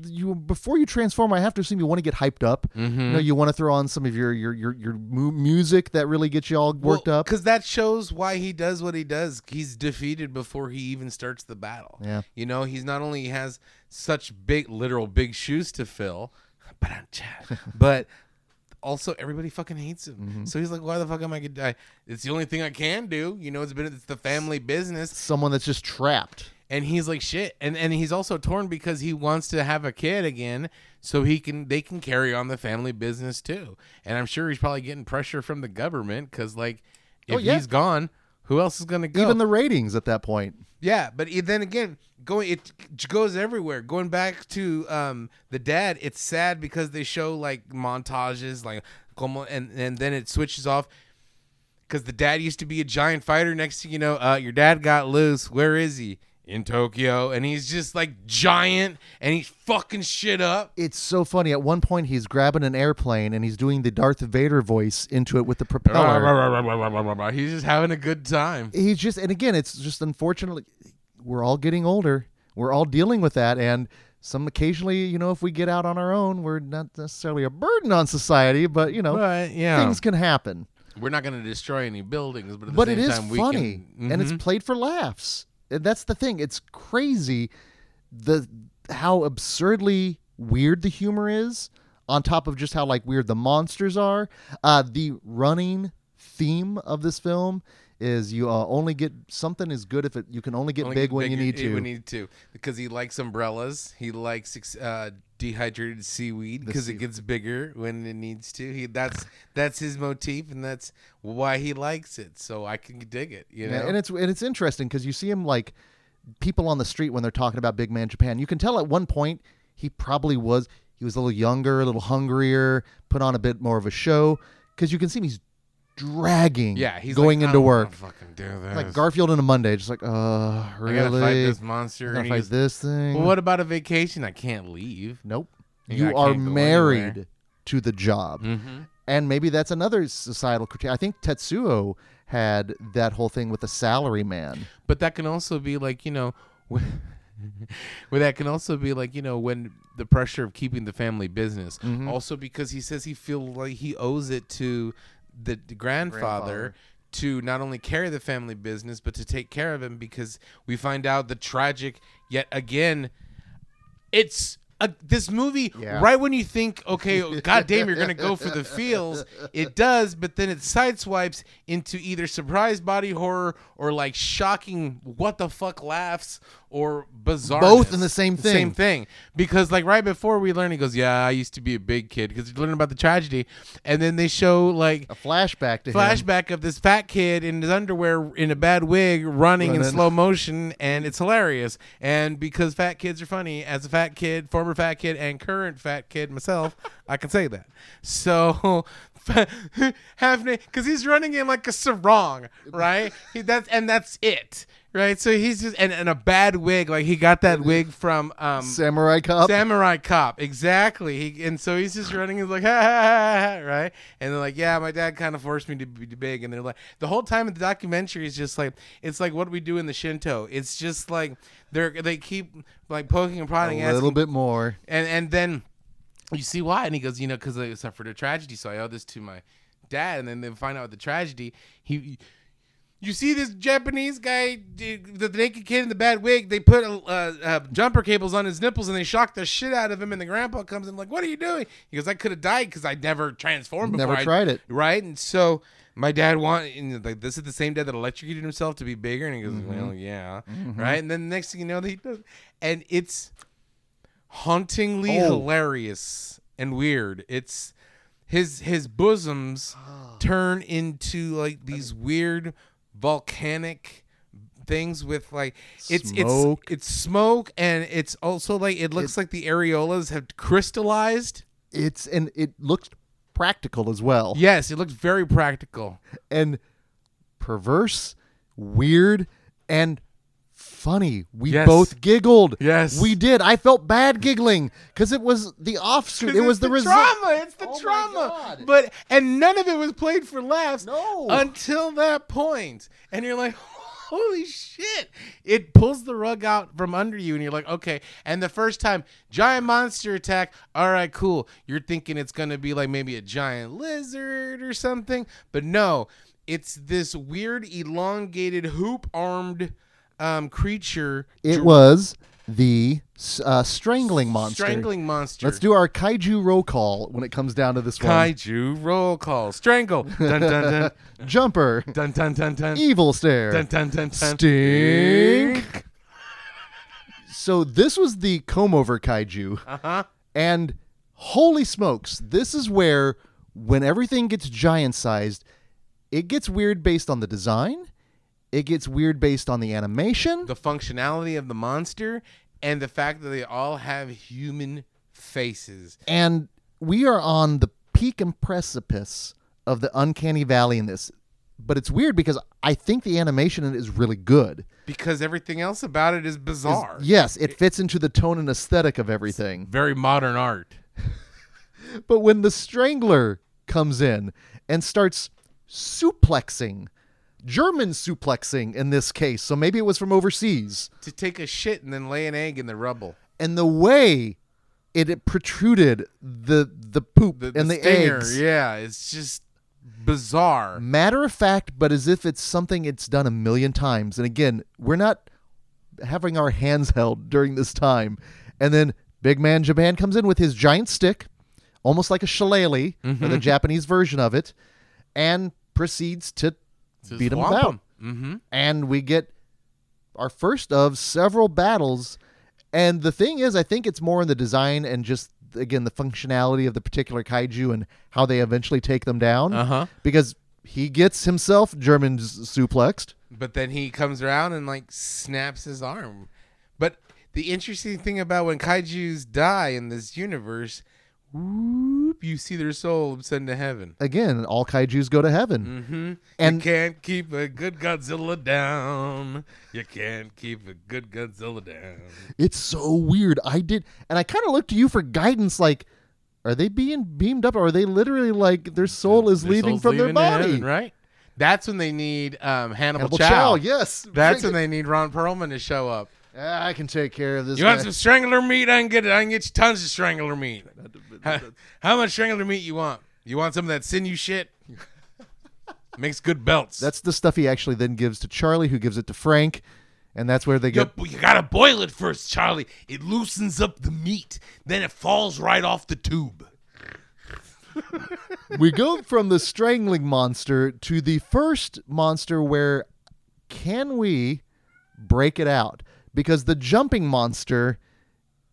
Speaker 2: you before you transform. I have to assume you want to get hyped up. You know, you want to throw on some of your your your your mu- music that really gets you all worked up.
Speaker 3: because that shows why he does what he does. He's defeated before he even starts the battle.
Speaker 2: Yeah.
Speaker 3: you know, he's not only has such big, literal big shoes to fill, ba-dum-cha, but also everybody fucking hates him.
Speaker 2: Mm-hmm.
Speaker 3: So he's like, why the fuck am I gonna die? It's the only thing I can do. You know, it's been it's the family business.
Speaker 2: Someone that's just trapped.
Speaker 3: and he's like shit and and he's also torn because he wants to have a kid again so he can they can carry on the family business too and i'm sure he's probably getting pressure from the government because like if
Speaker 2: Oh, yeah.
Speaker 3: he's gone who else is gonna go
Speaker 2: Even the ratings at that point.
Speaker 3: yeah but e- then again going it goes everywhere going back to um the dad it's sad because they show like montages like como and and then it switches off because the dad used to be a giant fighter. Next thing you know, uh, your dad got loose. Where is he? In Tokyo, and he's just like giant, and he's fucking shit up.
Speaker 2: It's so funny. At one point, he's grabbing an airplane and he's doing the Darth Vader voice into it with the propeller.
Speaker 3: He's just having a good time.
Speaker 2: he's just, and again, it's just unfortunately, we're all getting older. We're all dealing with that, and some occasionally, you know, if we get out on our own, we're not necessarily a burden on society, but you know,
Speaker 3: But yeah,
Speaker 2: things can happen.
Speaker 3: we're not gonna destroy any buildings, but at the
Speaker 2: but
Speaker 3: same
Speaker 2: it is
Speaker 3: time, we
Speaker 2: funny
Speaker 3: can, Mm-hmm.
Speaker 2: and it's played for laughs and that's the thing it's crazy the how absurdly weird the humor is on top of just how like weird the monsters are uh, the running theme of this film is you uh, only get something is good if it you can only get
Speaker 3: Only
Speaker 2: big when
Speaker 3: big
Speaker 2: you need
Speaker 3: it-
Speaker 2: to
Speaker 3: When you need to, because he likes umbrellas. He likes ex- uh, dehydrated seaweed because it gets bigger when it needs to. He that's that's his motif, and that's why he likes it. So I can dig it. You know,
Speaker 2: Yeah, and it's and it's interesting because you see him like people on the street when they're talking about Big Man Japan. You can tell at one point he probably was he was a little younger, a little hungrier, put on a bit more of a show because you can see him he's dragging.
Speaker 3: yeah, he's
Speaker 2: going
Speaker 3: like,
Speaker 2: into
Speaker 3: "Oh, "I don't wanna
Speaker 2: work
Speaker 3: Fucking do this.
Speaker 2: like Garfield on a Monday, just like uh
Speaker 3: I
Speaker 2: really.
Speaker 3: gotta fight this
Speaker 2: I
Speaker 3: monster.
Speaker 2: gotta
Speaker 3: and
Speaker 2: fight
Speaker 3: he's-
Speaker 2: this thing.
Speaker 3: Well, what about a vacation? I can't leave.
Speaker 2: Nope.
Speaker 3: Yeah, I
Speaker 2: you are
Speaker 3: can't go
Speaker 2: married
Speaker 3: anywhere. Mm.
Speaker 2: to the job. And maybe that's another societal critique. I think Tetsuo had that whole thing with the salary man.
Speaker 3: But that can also be like, you know, when, well, that can also be like, you know, when the pressure of keeping the family business. Also because he says he feels like he owes it to the, the grandfather, to not only carry the family business but to take care of him because we find out the tragic yet again it's a, this movie
Speaker 2: Yeah.
Speaker 3: right when you think okay oh, god damn you're gonna go for the feels it does but then it sideswipes into either surprise body horror or like shocking what the fuck laughs or bizarre
Speaker 2: Both in the same thing.
Speaker 3: same thing because like right before we learn he goes yeah i used to be a big kid because you're learning about the tragedy and then they show like
Speaker 2: A flashback to him.
Speaker 3: flashback of this fat kid in his underwear in a bad wig running in
Speaker 2: Running.
Speaker 3: slow motion and it's hilarious and because fat kids are funny as a fat kid former fat kid and current fat kid myself i can say that so half because he's running in like a sarong right he, that's and that's it right so he's just and, and a bad wig like he got that wig from um
Speaker 2: Samurai Cop.
Speaker 3: Samurai cop, exactly. He and so he's just running. He's like, ha, ha, ha, ha, ha," right? And they're like, yeah, my dad kind of forced me to be big. And they're like, the whole time in the documentary is just like, it's like what we do in the Shinto. It's just like they're they keep like poking and prodding,
Speaker 2: a
Speaker 3: asking
Speaker 2: little bit more.
Speaker 3: and and then you see why, and he goes, you know, because I suffered a tragedy, so I owe this to my dad. And then they find out the tragedy. He, you see this Japanese guy, the the naked kid in the bad wig. They put uh, uh, jumper cables on his nipples, and they shock the shit out of him. And the grandpa comes in like, "What are you doing?" He goes, "I could have died because I never transformed.
Speaker 2: Never
Speaker 3: before. I-
Speaker 2: tried it."
Speaker 3: right?" And so. My dad want and like this is the same dad that electrocuted himself to be bigger, and he goes,
Speaker 2: Mm-hmm.
Speaker 3: "Well, yeah, right." And then the next thing you know, he does, and it's hauntingly
Speaker 2: Oh.
Speaker 3: hilarious and weird. It's his his bosoms
Speaker 2: Ah.
Speaker 3: turn into like these weird volcanic things with like it's
Speaker 2: Smoke.
Speaker 3: it's it's smoke and it's also like it looks like the areolas have crystallized.
Speaker 2: It's and it looks practical as well.
Speaker 3: Yes, it looks very practical.
Speaker 2: And perverse, weird, and funny. We
Speaker 3: Yes.
Speaker 2: both giggled.
Speaker 3: Yes.
Speaker 2: We did. I felt bad giggling because it was the offsuit. It was
Speaker 3: it's
Speaker 2: the, result.
Speaker 3: drama. It's the
Speaker 2: Oh my
Speaker 3: trauma.
Speaker 2: God.
Speaker 3: But and none of it was played for laughs
Speaker 2: No.
Speaker 3: until that point. And you're like holy shit it pulls the rug out from under you and you're like okay and the first time giant monster attack all right cool you're thinking it's gonna be like maybe a giant lizard or something but no it's this weird elongated hoop armed um, creature
Speaker 2: It was the uh, strangling monster.
Speaker 3: strangling monster
Speaker 2: Let's do our kaiju roll call when it comes down to this
Speaker 3: kaiju roll call strangle dun dun
Speaker 2: one. Jumper,
Speaker 3: dun dun dun dun dun
Speaker 2: evil stare,
Speaker 3: dun dun dun dun
Speaker 2: stink. so this was the comb over kaiju,
Speaker 3: uh-huh
Speaker 2: and holy smokes, this is where when everything gets giant sized, it gets weird based on the design. It gets weird based on the animation.
Speaker 3: the functionality of the monster and the fact that they all have human faces.
Speaker 2: and we are on the peak and precipice of the uncanny valley in this but it's weird because i think the animation in it is really good
Speaker 3: because everything else about it is bizarre.
Speaker 2: yes it fits into the tone and aesthetic of everything
Speaker 3: Very modern art.
Speaker 2: but when the strangler comes in and starts suplexing german suplexing in this case so maybe it was from overseas
Speaker 3: To take a shit and then lay an egg in the rubble.
Speaker 2: and the way it, it protruded the the poop
Speaker 3: The,
Speaker 2: and the
Speaker 3: stinger,
Speaker 2: eggs
Speaker 3: Yeah, it's just bizarre.
Speaker 2: matter of fact, but as if it's something it's done a million times. And again, we're not having our hands held during this time. And then Big Man Japan comes in with his giant stick, almost like a shillelagh, or the Japanese version of it, and proceeds to beat him Mm-hmm.
Speaker 3: whomp
Speaker 2: about.
Speaker 3: 'em. Mhm.
Speaker 2: And we get our first of several battles. And the thing is, I think it's more in the design and just again the functionality of the particular kaiju and how they eventually take them down.
Speaker 3: Uh-huh.
Speaker 2: Because he gets himself German s- suplexed.
Speaker 3: But then he comes around and like snaps his arm. But the interesting thing about when kaiju's die in this universe, whoop, you see their soul sent to heaven.
Speaker 2: Again, all kaiju's go to heaven.
Speaker 3: Mm-hmm. you
Speaker 2: And
Speaker 3: can't keep a good Godzilla down. You can't keep a good Godzilla down.
Speaker 2: it's so weird. I did, and I kind of looked to you for guidance. Like, are they being beamed up, or are they literally like their soul is
Speaker 3: Their
Speaker 2: leaving
Speaker 3: soul's
Speaker 2: from
Speaker 3: leaving
Speaker 2: their
Speaker 3: to
Speaker 2: body?
Speaker 3: heaven, right? That's when they need um, Hannibal,
Speaker 2: Hannibal
Speaker 3: Chow.
Speaker 2: Chow, yes.
Speaker 3: That's
Speaker 2: Bring
Speaker 3: when they need Ron Perlman to show up.
Speaker 2: it. Ah, I can take care of this.
Speaker 3: You want
Speaker 2: guy.
Speaker 3: some strangler meat? I can get it. I can get you tons of strangler meat. How, how much strangler meat you want? You want some of that sinew shit? Makes good belts.
Speaker 2: That's the stuff he actually then gives to Charlie, who gives it to Frank, and that's where they
Speaker 3: You,
Speaker 2: get.
Speaker 3: you gotta boil it first, Charlie. It loosens up the meat, then it falls right off the tube.
Speaker 2: we go from the strangling monster to the first monster where can we break it out? Because the jumping monster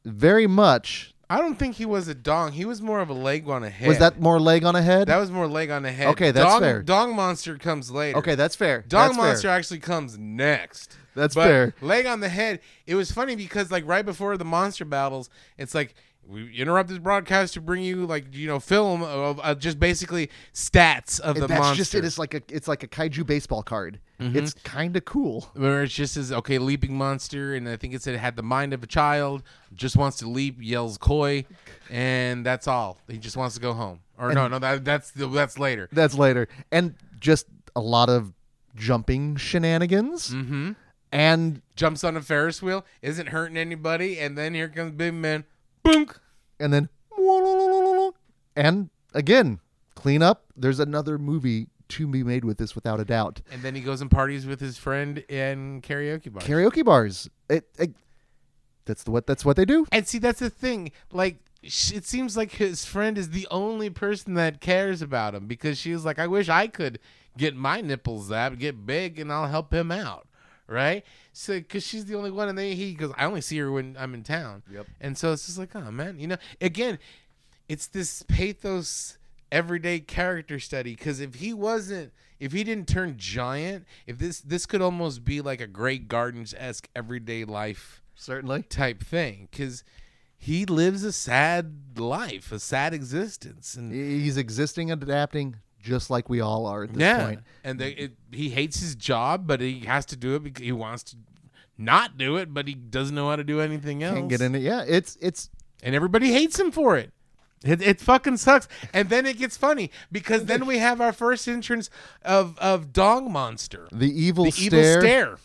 Speaker 2: very much
Speaker 3: I don't think he was a dong. He was more of a leg on a head.
Speaker 2: was that more leg on a head?
Speaker 3: that was more leg on a head?
Speaker 2: Okay, that's
Speaker 3: dong,
Speaker 2: fair.
Speaker 3: Dong monster comes later.
Speaker 2: okay, that's fair.
Speaker 3: dong
Speaker 2: That's fair.
Speaker 3: monster actually comes next.
Speaker 2: That's
Speaker 3: But
Speaker 2: fair.
Speaker 3: Leg on the head. It was funny because like right before the monster battles, it's like we interrupt this broadcast to bring you like you know film of uh, just basically stats of the Mm-hmm.
Speaker 2: that's
Speaker 3: monster.
Speaker 2: just it. It's like a it's like a kaiju baseball card. It's kind of cool.
Speaker 3: where it's just as okay, leaping monster, and I think it said it had the mind of a child, just wants to leap, yells coy, and that's all. He just wants to go home. Or no, no, that, that's that's later.
Speaker 2: That's later, and just a lot of jumping shenanigans. Mm-hmm. And
Speaker 3: Jumps on a Ferris wheel, isn't hurting anybody, and then here comes Big Man, boonk.
Speaker 2: and then and again clean up there's another movie to be made with this without a doubt
Speaker 3: And then he goes and parties with his friend in karaoke bar.
Speaker 2: karaoke bars it, it- that's the what that's what they do
Speaker 3: and see, that's the thing. Like, sh- it seems like his friend is the only person that cares about him because she was like, I wish I could get my nipples zapped, get big, and I'll help him out. Right? So, because she's the only one. And then he goes, I only see her when I'm in town. Yep. And so it's just like, oh, man. You know, again, it's this pathos everyday character study because if he wasn't if he didn't turn giant if this this could almost be like a great gardens-esque everyday life
Speaker 2: certainly
Speaker 3: type thing because he lives a sad life, a sad existence, and
Speaker 2: he's existing and adapting just like we all are at this
Speaker 3: yeah,
Speaker 2: point
Speaker 3: and they, it, he hates his job, but he has to do it because he wants to not do it, but he doesn't know how to do anything else.
Speaker 2: can't get in it yeah it's it's
Speaker 3: and everybody hates him for it. It, it fucking sucks. And then it gets funny because then we have our first entrance of, of Dong Monster.
Speaker 2: The evil
Speaker 3: the
Speaker 2: stare.
Speaker 3: evil stare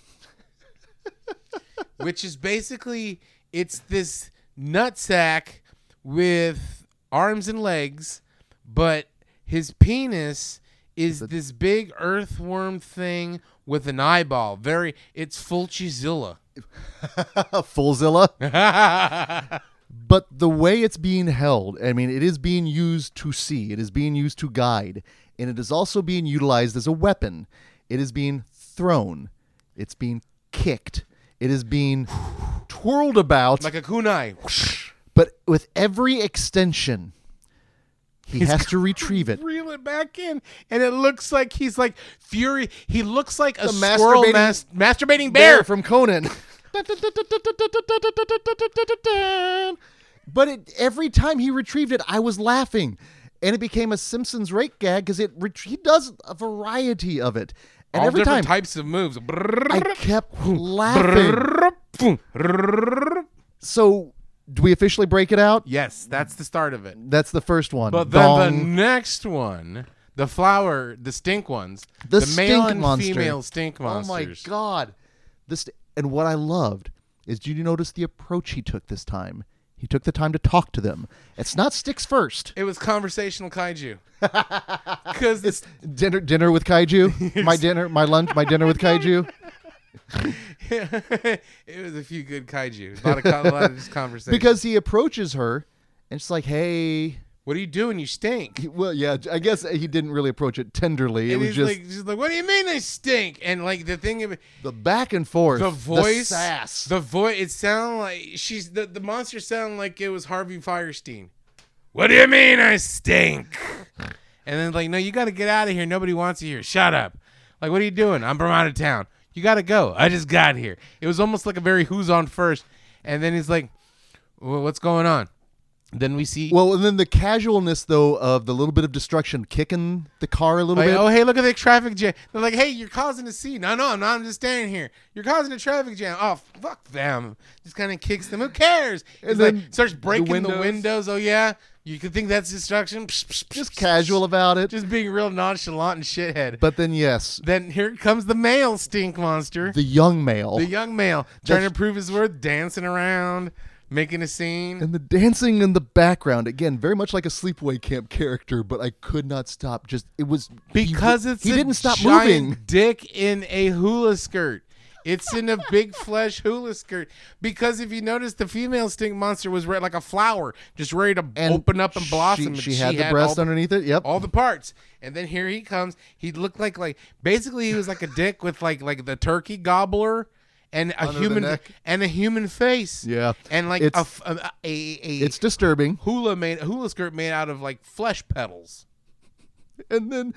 Speaker 3: which is basically it's this nutsack with arms and legs but his penis is this big earthworm thing with an eyeball very it's fulchizilla
Speaker 2: Fullzilla. but the way it's being held, I mean, it is being used to see, it is being used to guide, and it is also being utilized as a weapon. It is being thrown, it's being kicked, it is being twirled about,
Speaker 3: like a kunai
Speaker 2: but with every extension, he has to retrieve it.
Speaker 3: reel it back in and it looks like he's like fury he looks like a
Speaker 2: The
Speaker 3: squirrel
Speaker 2: masturbating-
Speaker 3: mas- masturbating bear
Speaker 2: from Conan. but it, every time he retrieved it, I was laughing, and it became a Simpsons rake gag because it ret- he does a variety of it, and
Speaker 3: all
Speaker 2: every time
Speaker 3: different types of moves
Speaker 2: I kept laughing. So, do we officially break it out?
Speaker 3: Yes, that's the start of it.
Speaker 2: That's the first one.
Speaker 3: But then the
Speaker 2: Dong.
Speaker 3: next one, the flower, the stink ones,
Speaker 2: The
Speaker 3: the, male
Speaker 2: stink
Speaker 3: and
Speaker 2: monster.
Speaker 3: female stink
Speaker 2: oh
Speaker 3: monsters.
Speaker 2: my god, this and what I loved is did you notice the approach he took this time? He took the time to talk to them. It's not sticks first.
Speaker 3: It was conversational kaiju. Because it's
Speaker 2: dinner dinner with kaiju my dinner my lunch my dinner with kaiju
Speaker 3: it was a few good kaiju. A lot of, co- a lot of just conversation.
Speaker 2: because he approaches her and she's like hey
Speaker 3: what are you doing? You stink.
Speaker 2: well yeah i guess he didn't really approach it tenderly it
Speaker 3: And
Speaker 2: was
Speaker 3: he's
Speaker 2: just
Speaker 3: like, she's like, what do you mean I stink? And like the thing, of-
Speaker 2: the back and forth
Speaker 3: the voice,
Speaker 2: the sass
Speaker 3: the voice. It sounded like she's the the monster sounded like it was Harvey Firestein. What do you mean I stink? And then like, no, you got to get out of here. Nobody wants you here. Shut up. Like, what are you doing? I'm from out of town. You got to go. I just got here. It was almost like a very who's on first. And then he's like, well, what's going on? Then we see.
Speaker 2: well and then the casualness though of the little bit of destruction kicking the car a little
Speaker 3: like,
Speaker 2: bit
Speaker 3: oh hey, look at the traffic jam. They're like, hey, you're causing a scene. No, no, I'm not. I'm just standing here. You're causing a traffic jam. Oh fuck them. Just kind of kicks them. Who cares? He's
Speaker 2: And
Speaker 3: like
Speaker 2: then
Speaker 3: starts
Speaker 2: the
Speaker 3: breaking the windows.
Speaker 2: windows.
Speaker 3: Oh yeah, you could think that's destruction. Psh, psh, psh,
Speaker 2: just
Speaker 3: psh,
Speaker 2: casual about it
Speaker 3: Just being real nonchalant and shithead.
Speaker 2: but then yes
Speaker 3: then here comes the male stink monster.
Speaker 2: the young male
Speaker 3: The young male trying to
Speaker 2: That's-
Speaker 3: prove his worth, dancing around, making a scene.
Speaker 2: and the dancing in the background again very much like a sleepaway camp character but i could not stop just it was he-
Speaker 3: because it's
Speaker 2: he
Speaker 3: a
Speaker 2: didn't stop
Speaker 3: giant
Speaker 2: moving
Speaker 3: Dick in a hula skirt. It's in a big flesh hula skirt because if you notice, the female stink monster was red like a flower, just ready to open up and
Speaker 2: she-
Speaker 3: blossom.
Speaker 2: She, had the breast
Speaker 3: all,
Speaker 2: underneath it. Yep.
Speaker 3: all the parts, and then here he comes. He looked like like basically he was like a dick with like like the turkey gobbler and a
Speaker 2: Under the
Speaker 3: human
Speaker 2: neck.
Speaker 3: and a human face.
Speaker 2: Yeah.
Speaker 3: and like a
Speaker 2: It's-
Speaker 3: f- a a, a
Speaker 2: it's disturbing.
Speaker 3: hula made hula skirt made out of like flesh petals.
Speaker 2: And then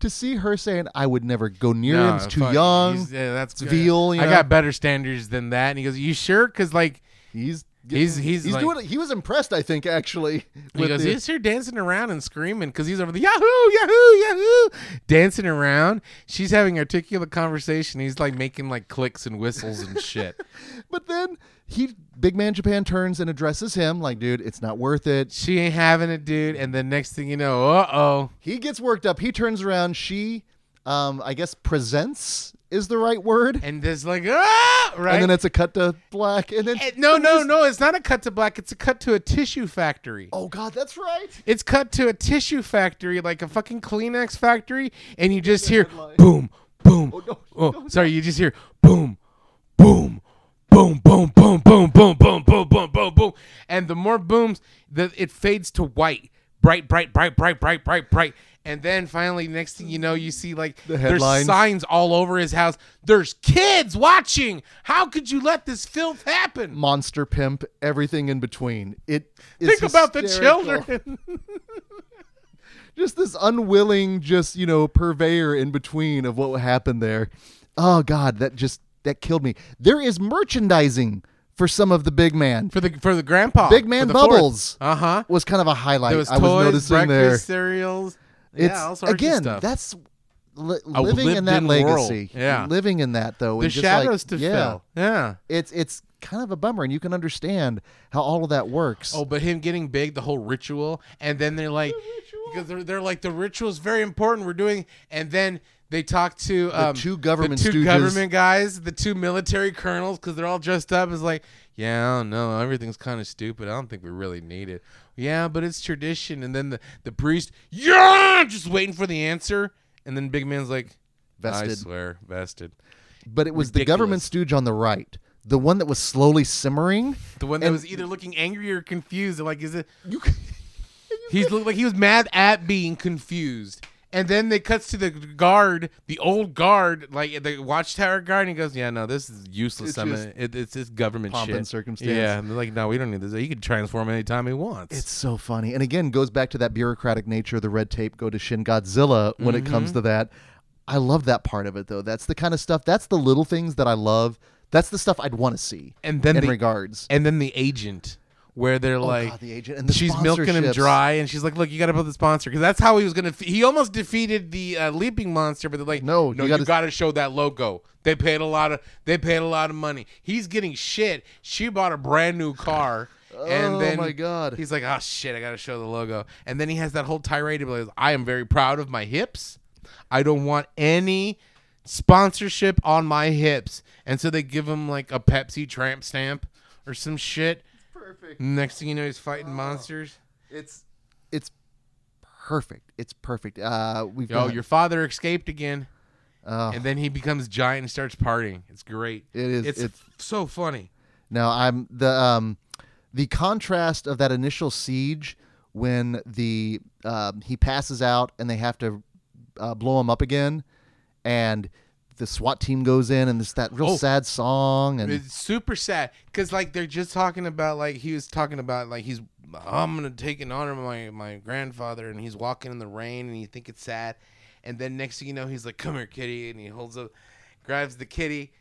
Speaker 2: to see her saying, "I would never go near him. It's too
Speaker 3: fuck,
Speaker 2: young.
Speaker 3: he's-
Speaker 2: He's,
Speaker 3: yeah, that's good.
Speaker 2: veal, you
Speaker 3: I
Speaker 2: know?
Speaker 3: got better standards than that. And he goes, "You sure?" Because like
Speaker 2: he's
Speaker 3: he's he's like,
Speaker 2: doing. it- He was impressed, I think, actually.
Speaker 3: He
Speaker 2: with
Speaker 3: goes,
Speaker 2: the-
Speaker 3: he's here dancing around and screaming because he's over the Yahoo, Yahoo, Yahoo, dancing around. She's having articulate conversation. He's like making like clicks and whistles and shit.
Speaker 2: but then he, big man Japan, turns and addresses him like, "Dude, it's not worth it."
Speaker 3: she ain't having it, dude. And the next thing you know, uh oh,
Speaker 2: He gets worked up. He turns around. She, um, I guess, presents is the right word. And,
Speaker 3: and there's like ah, right.
Speaker 2: then it's a cut to black. And then
Speaker 3: And no, no, no! It's not a cut to black. It's a cut to a tissue factory.
Speaker 2: Oh God, that's right.
Speaker 3: It's cut to a tissue factory, like a fucking Kleenex factory, and you just hear boom, boom. Oh, sorry, you just hear boom, boom, boom, boom, boom, boom, boom, boom, boom, boom, boom, boom. And the more booms, the it fades to white, bright, bright, bright, bright, bright, bright, bright. And then finally, next thing you know, you see like there's
Speaker 2: headlines.
Speaker 3: signs all over his house. There's kids watching. How could you let this filth happen?
Speaker 2: monster pimp, everything in between. It is
Speaker 3: Think about the
Speaker 2: hysterical.
Speaker 3: children.
Speaker 2: Just this unwilling, just you know, purveyor in between of what happened there. Oh God, that just that killed me. There is merchandising for some of the big man.
Speaker 3: for the for the grandpa.
Speaker 2: Big man bubbles
Speaker 3: Uh huh.
Speaker 2: was kind of a highlight
Speaker 3: There was
Speaker 2: I
Speaker 3: toys,
Speaker 2: was noticing
Speaker 3: breakfast
Speaker 2: there.
Speaker 3: cereals.
Speaker 2: It's
Speaker 3: yeah, all sorts
Speaker 2: again
Speaker 3: of stuff.
Speaker 2: that's li-
Speaker 3: A
Speaker 2: living in that
Speaker 3: lived-in world.
Speaker 2: legacy.
Speaker 3: Yeah.
Speaker 2: living in that though.
Speaker 3: the
Speaker 2: and just like-
Speaker 3: shadows to
Speaker 2: yeah,
Speaker 3: fill. Yeah.
Speaker 2: It's it's kind of a bummer, and you can understand how all of that works.
Speaker 3: Oh, but him getting big, the whole ritual, and then they're like, because they're, they're like the ritual's very important. We're doing, and then they talk to um,
Speaker 2: two government
Speaker 3: the two
Speaker 2: stooges.
Speaker 3: government guys, the two military colonels, because they're all dressed up as like, yeah, I don't know, everything's kind of stupid. I don't think we really need it. Yeah, but it's tradition. And then the the priest, yeah, just waiting for the answer, and then big man's like, I
Speaker 2: Vested.
Speaker 3: swear, vested.
Speaker 2: but it was the
Speaker 3: ridiculous.
Speaker 2: government stooge on the right, the one that was slowly simmering.
Speaker 3: The one that was either looking angry or confused. They're Like, is it? He looked like he was mad at being confused. And then they cuts to the guard, the old guard, like the watchtower guard, and he goes, "Yeah, no, this is useless.
Speaker 2: It's
Speaker 3: I
Speaker 2: just
Speaker 3: mean, it, it's this government
Speaker 2: pomp
Speaker 3: shit.
Speaker 2: and circumstance.
Speaker 3: Yeah, and they're like, no, we don't need this. He can transform anytime he wants.
Speaker 2: It's so funny. And again, goes back to that bureaucratic nature, the red tape, go to Shin Godzilla when it
Speaker 3: Mm-hmm.
Speaker 2: comes to that. I love that part of it, though. That's the kind of stuff, that's the little things that I love. That's the stuff I'd want to see
Speaker 3: And then
Speaker 2: in
Speaker 3: the-
Speaker 2: regards.
Speaker 3: and then the agent, where they're like,
Speaker 2: Oh, God, the agent and the
Speaker 3: she's milking him
Speaker 2: sponsorships.
Speaker 3: dry, and she's like, look, you got to put the sponsor because that's how he was gonna. F- he almost defeated the uh, leaping monster, but they're like,
Speaker 2: No, you
Speaker 3: no, you,
Speaker 2: gotta-
Speaker 3: got to show that logo. They paid a lot of they paid a lot of money. He's getting shit. She bought a brand new car.
Speaker 2: Oh,
Speaker 3: And then
Speaker 2: my God.
Speaker 3: he's like, "Oh shit, I gotta show the logo." And then he has that whole tirade about, "I am very proud of my hips. I don't want any sponsorship on my hips." And so they give him like a Pepsi tramp stamp or some shit.
Speaker 2: perfect. Oh.
Speaker 3: Next thing you know, he's fighting monsters.
Speaker 2: It's it's perfect. It's perfect. Uh, we've
Speaker 3: Yo,
Speaker 2: got-
Speaker 3: your father escaped again,
Speaker 2: Oh.
Speaker 3: and then he becomes giant and starts partying. It's great.
Speaker 2: It is-
Speaker 3: It's,
Speaker 2: it's-
Speaker 3: so funny.
Speaker 2: No, I'm the um, the contrast of that initial siege when the um, he passes out and they have to uh, blow him up again, and the SWAT team goes in and there's that real
Speaker 3: Oh.
Speaker 2: sad song and
Speaker 3: It's super sad because like they're just talking about like he was talking about like he's I'm gonna take in honor of my my grandfather, and he's walking in the rain, and you think it's sad, and then next thing you know, he's like, "Come here, kitty," and he holds up, grabs the kitty,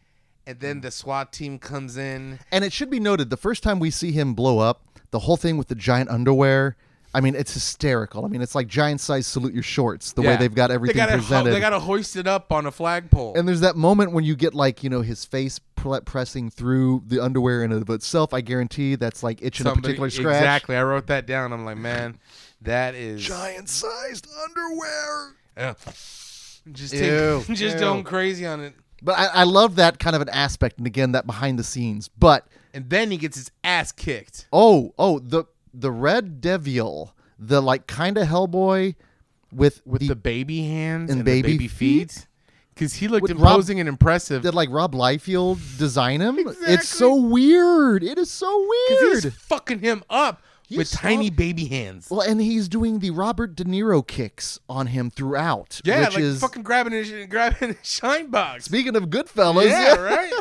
Speaker 3: and then the SWAT team comes in.
Speaker 2: and it should be noted the first time we see him blow up the whole thing with the giant underwear. I mean, it's hysterical. I mean, it's like giant size salute your shorts the way
Speaker 3: Yeah.
Speaker 2: they've got everything
Speaker 3: they gotta, ho-
Speaker 2: presented.
Speaker 3: They gotta hoist it up on a flagpole.
Speaker 2: And there's that moment when you get like you know his face pre- pressing through the underwear in and of itself. I guarantee that's like itching
Speaker 3: Somebody-
Speaker 2: a particular scratch.
Speaker 3: Exactly. I wrote that down. I'm like, man, that is
Speaker 2: Giant sized underwear.
Speaker 3: Ugh. just
Speaker 2: Ew.
Speaker 3: take, just
Speaker 2: Ew.
Speaker 3: going crazy on it.
Speaker 2: But I, I love that kind of an aspect, and again that behind the scenes. But
Speaker 3: And then he gets his ass kicked.
Speaker 2: oh oh the the red devil, the like kind of Hellboy with
Speaker 3: With the, baby hands
Speaker 2: and
Speaker 3: and,
Speaker 2: baby
Speaker 3: the baby feet. Cause he looked
Speaker 2: With Rob-
Speaker 3: imposing and impressive.
Speaker 2: did like Rob Liefeld design him.
Speaker 3: Exactly.
Speaker 2: It's so weird. It is so
Speaker 3: 'Cause
Speaker 2: weird.
Speaker 3: he's fucking him up with
Speaker 2: saw-
Speaker 3: tiny baby hands.
Speaker 2: Well, and he's doing the Robert De Niro kicks on him throughout.
Speaker 3: Yeah,
Speaker 2: which
Speaker 3: like
Speaker 2: is
Speaker 3: fucking grabbing his grabbing his shine box.
Speaker 2: Speaking of Goodfellas,
Speaker 3: yeah, right.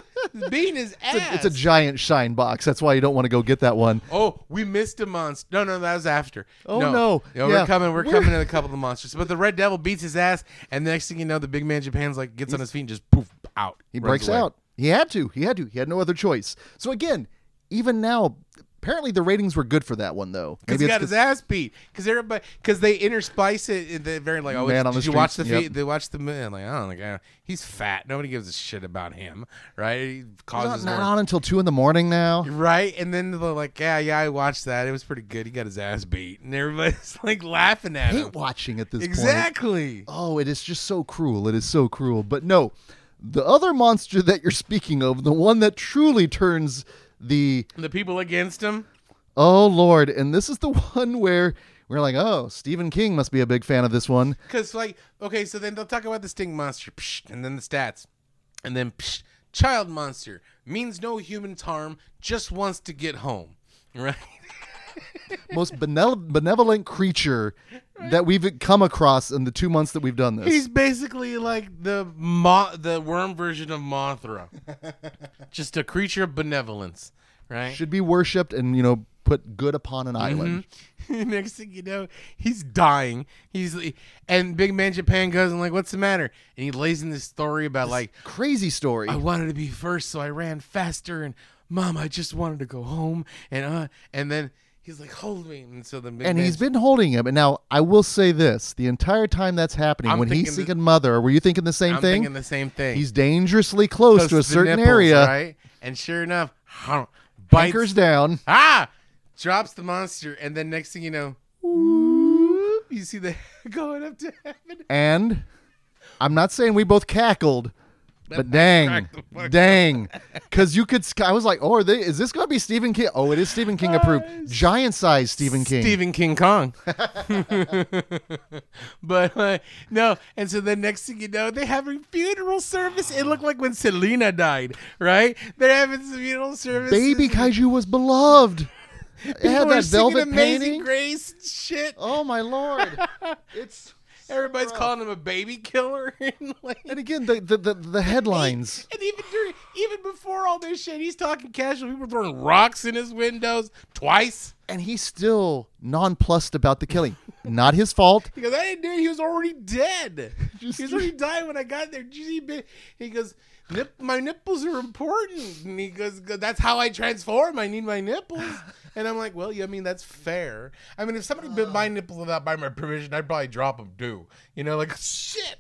Speaker 3: Beating his ass.
Speaker 2: It's a- It's a giant shine box. That's why you don't want to go get that one.
Speaker 3: Oh, we missed a monster. No, no, that was after.
Speaker 2: Oh, no. Yeah.
Speaker 3: Yeah, we're coming. We're,
Speaker 2: We're-
Speaker 3: coming to a couple of the monsters. But the Red Devil beats his ass, and the next thing you know, the big man Japan's like gets on his feet and just poof out.
Speaker 2: He
Speaker 3: Runs
Speaker 2: breaks
Speaker 3: away.
Speaker 2: out. He had to. He had to. He had no other choice. So again, even now, apparently the ratings were good for that one though.
Speaker 3: Cause he got his
Speaker 2: 'cause-
Speaker 3: ass beat. Cause everybody, cause they intersplice it. in the very like, oh,
Speaker 2: Man
Speaker 3: it's-
Speaker 2: on the
Speaker 3: did you watch the
Speaker 2: streets,
Speaker 3: feet?
Speaker 2: yep.
Speaker 3: They watch the man. Like, I don't like. I don't- He's fat. Nobody gives a shit about him, right? He
Speaker 2: not,
Speaker 3: causes
Speaker 2: not
Speaker 3: more-
Speaker 2: on until two in the morning now.
Speaker 3: Right, and then they're like, "Yeah, yeah, I watched that. It was pretty good. He got his ass beat, and everybody's like laughing at
Speaker 2: I
Speaker 3: him."
Speaker 2: hate watching at this point.
Speaker 3: Exactly.
Speaker 2: Oh, it is just so cruel. It is so cruel. But no, the other monster that you're speaking of, the one that truly turns the
Speaker 3: The people against him.
Speaker 2: oh lord, and this is the one where we're like, oh, Stephen King must be a big fan of this one.
Speaker 3: Because, like, okay, so then they'll talk about the sting monster, psh, and then the stats, and then psh, child monster means no human harm, just wants to get home, right?
Speaker 2: most benevol- benevolent creature that we've come across in the two months that we've done this.
Speaker 3: He's basically like the mo- the worm version of Mothra, just a creature of benevolence, right?
Speaker 2: Should be worshipped and you know put good upon
Speaker 3: Mm-hmm.
Speaker 2: an island.
Speaker 3: Next thing you know, he's dying. He's and Big Man Japan goes and like, what's the matter? And he lays in this story about like
Speaker 2: Crazy story.
Speaker 3: I wanted to be first, so I ran faster. And mom, I just wanted to go home. And uh, and then He's like, hold me. And so the
Speaker 2: and he's been holding him. And now I will say this: the entire time that's happening,
Speaker 3: I'm
Speaker 2: when he's
Speaker 3: thinking the-
Speaker 2: thinking mother, were you thinking the same
Speaker 3: I'm
Speaker 2: thing?
Speaker 3: thinking the same thing.
Speaker 2: he's dangerously close, to a
Speaker 3: the
Speaker 2: certain
Speaker 3: nipples,
Speaker 2: area,
Speaker 3: right? And sure enough, bites
Speaker 2: anchors down.
Speaker 3: ah, drops the monster, and then next thing you know, you see the going up to heaven.
Speaker 2: And I'm not saying we both cackled, but dang, dang, because you could. sc- I was like, oh, are they, is this going to be Stephen King? Oh, it is Stephen King approved, giant size Stephen King.
Speaker 3: Stephen King Kong. but uh, no, and so the next thing you know, they have a funeral service. It looked like when Selena died, right? They're having some funeral service.
Speaker 2: Baby Kaiju was beloved. It had
Speaker 3: People are
Speaker 2: that
Speaker 3: singing
Speaker 2: velvet
Speaker 3: Amazing
Speaker 2: painting.
Speaker 3: Grace and shit.
Speaker 2: Oh my lord! it's
Speaker 3: Everybody's calling him a baby killer. And, like,
Speaker 2: and again the the the, the headlines.
Speaker 3: And even during, even before all this shit, he's talking casual. People throwing rocks in his windows twice.
Speaker 2: and he's still nonplussed about the killing. Not his fault.
Speaker 3: He goes, I didn't do it. He was already dead. he was already dying when I got there. Did you see me?" He goes, Nip, my nipples are important. And he goes, that's how I transform. I need my nipples. And I'm like, well, yeah, I mean, that's fair. I mean, if somebody bit my nipples without by my permission, I'd probably drop them too. You know, like, shit.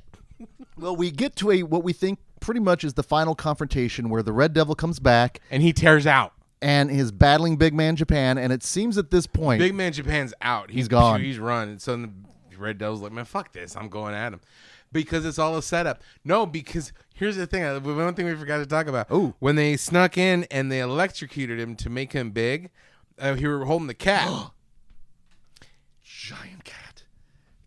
Speaker 2: Well, we get to a what we think pretty much is the final confrontation where the Red Devil comes back
Speaker 3: And he tears out.
Speaker 2: and is battling Big Man Japan, and it seems at this point
Speaker 3: Big Man Japan's out. He's
Speaker 2: gone.
Speaker 3: He's run. And so the Red Devil's like, man, fuck this. I'm going at him. Because it's all a setup. No, because here's the thing. uh, One thing we forgot to talk about.
Speaker 2: Ooh.
Speaker 3: When they snuck in and they electrocuted him to make him big, uh, he were holding the cat.
Speaker 2: giant cat,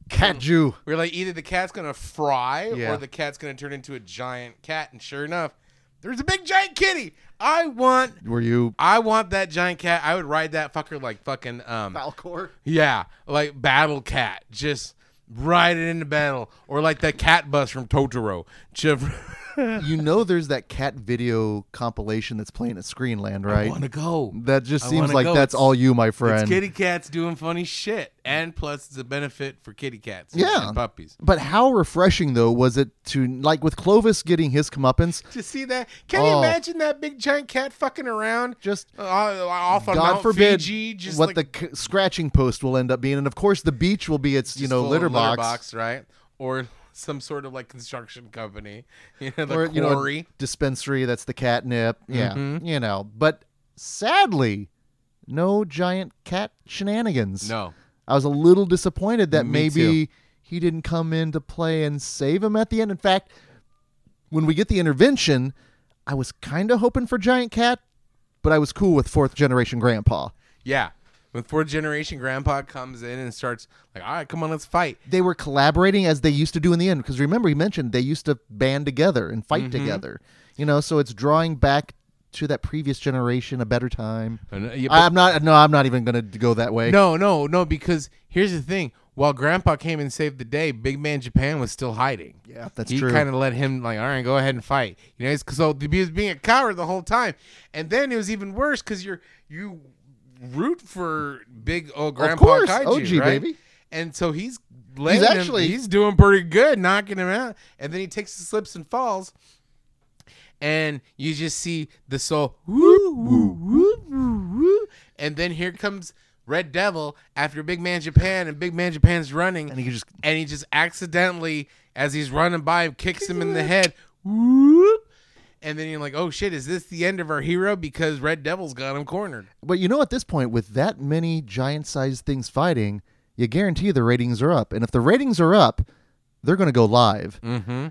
Speaker 2: cat Jew.
Speaker 3: we are like, either the cat's going to fry
Speaker 2: Yeah.
Speaker 3: or the cat's going to turn into a giant cat. And sure enough, there's a big giant kitty. I want.
Speaker 2: Were you
Speaker 3: I want that giant cat. I would ride that fucker like fucking um
Speaker 2: Falcor?
Speaker 3: Yeah, like Battle Cat, just ride it into battle, or like that cat bus from Totoro. Just
Speaker 2: You know, there's that cat video compilation that's playing at Screenland, right?
Speaker 3: want to go.
Speaker 2: that just
Speaker 3: I
Speaker 2: seems
Speaker 3: wanna
Speaker 2: like
Speaker 3: go.
Speaker 2: that's
Speaker 3: It's-
Speaker 2: all you, my friend.
Speaker 3: It's kitty cats doing funny shit, and plus it's a benefit for kitty cats.
Speaker 2: Yeah.
Speaker 3: and puppies.
Speaker 2: But how refreshing though was it to like with Clovis getting his comeuppance?
Speaker 3: To see that, can you
Speaker 2: Oh.
Speaker 3: imagine that big giant cat fucking around?
Speaker 2: Just
Speaker 3: uh, off on
Speaker 2: God
Speaker 3: Mount
Speaker 2: forbid
Speaker 3: Fiji, just
Speaker 2: what
Speaker 3: like
Speaker 2: the c- scratching post will end up being, and of course the beach will be its you
Speaker 3: just
Speaker 2: know
Speaker 3: full of
Speaker 2: litter box.
Speaker 3: right? Or some sort of like construction company, you know, the
Speaker 2: or you
Speaker 3: quarry. Mm-hmm.
Speaker 2: know dispensary. That's the catnip. Yeah, you know. But sadly, no giant cat shenanigans.
Speaker 3: no,
Speaker 2: I was a little disappointed that
Speaker 3: Me
Speaker 2: maybe he didn't come into play and save him at the end. In fact, when we get the intervention, I was kind of hoping for giant cat, but I was cool with fourth generation grandpa.
Speaker 3: yeah. When fourth generation grandpa comes in and starts like, all right, come on, let's fight.
Speaker 2: they were collaborating as they used to do in the end because remember he mentioned they used to band together and fight
Speaker 3: Mm-hmm.
Speaker 2: together you know so it's drawing back to that previous generation a better time
Speaker 3: And, uh, yeah,
Speaker 2: i'm not no i'm not even gonna go that way
Speaker 3: No, no, no, because here's the thing. While Grandpa came and saved the day, Big Man Japan was still hiding.
Speaker 2: yeah that's
Speaker 3: he
Speaker 2: true
Speaker 3: kind of let him like, all right, go ahead and fight. You know, it's, so he was being a coward the whole time, and then it was even worse because you're you root for big old Grandpa
Speaker 2: course,
Speaker 3: Kaiju,
Speaker 2: OG,
Speaker 3: right?
Speaker 2: baby.
Speaker 3: And so he's laying
Speaker 2: actually-
Speaker 3: him, he's doing pretty good, knocking him out, and then he takes the slips and falls, and you just see the soul woo, woo, woo, woo, woo. and then here comes red devil after big man japan and big man japan's running
Speaker 2: and he could just
Speaker 3: and he just accidentally as he's running by him kicks him in the head Whoop. and then you're like oh shit is this the end of our hero because red devil's got him cornered
Speaker 2: but you know at this point with that many giant sized things fighting you guarantee the ratings are up and if the ratings are up they're gonna go live mm-hmm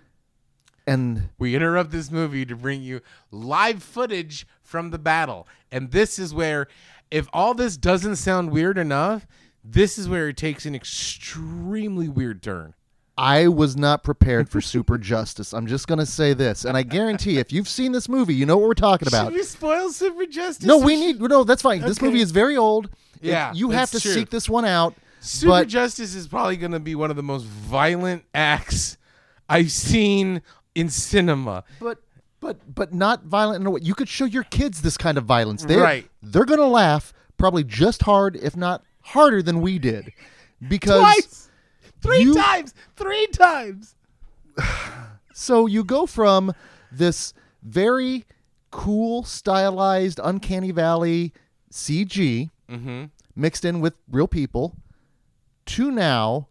Speaker 2: and
Speaker 3: we interrupt this movie to bring you live footage from the battle and this is where if all this doesn't sound weird enough this is where it takes an extremely weird turn
Speaker 2: I was not prepared for super justice. I'm just gonna say this, and I guarantee if you've seen this movie, you know what we're talking about.
Speaker 3: Should we spoil Super Justice?
Speaker 2: No,
Speaker 3: or
Speaker 2: we
Speaker 3: sh-
Speaker 2: need no. That's fine. This
Speaker 3: Okay.
Speaker 2: movie is very old. It-
Speaker 3: Yeah,
Speaker 2: you have
Speaker 3: that's
Speaker 2: to
Speaker 3: true.
Speaker 2: seek this one out.
Speaker 3: Super
Speaker 2: but
Speaker 3: Justice is probably going to be one of the most violent acts I've seen in cinema.
Speaker 2: but but but not violent in a way. You could show your kids this kind of violence. They're,
Speaker 3: Right.
Speaker 2: They're gonna laugh probably just hard, if not harder than we did, because
Speaker 3: Twice, three
Speaker 2: you-
Speaker 3: times, three times.
Speaker 2: So you go from this very
Speaker 3: Mm-hmm.
Speaker 2: cool, stylized, uncanny valley CG mixed in with real people to now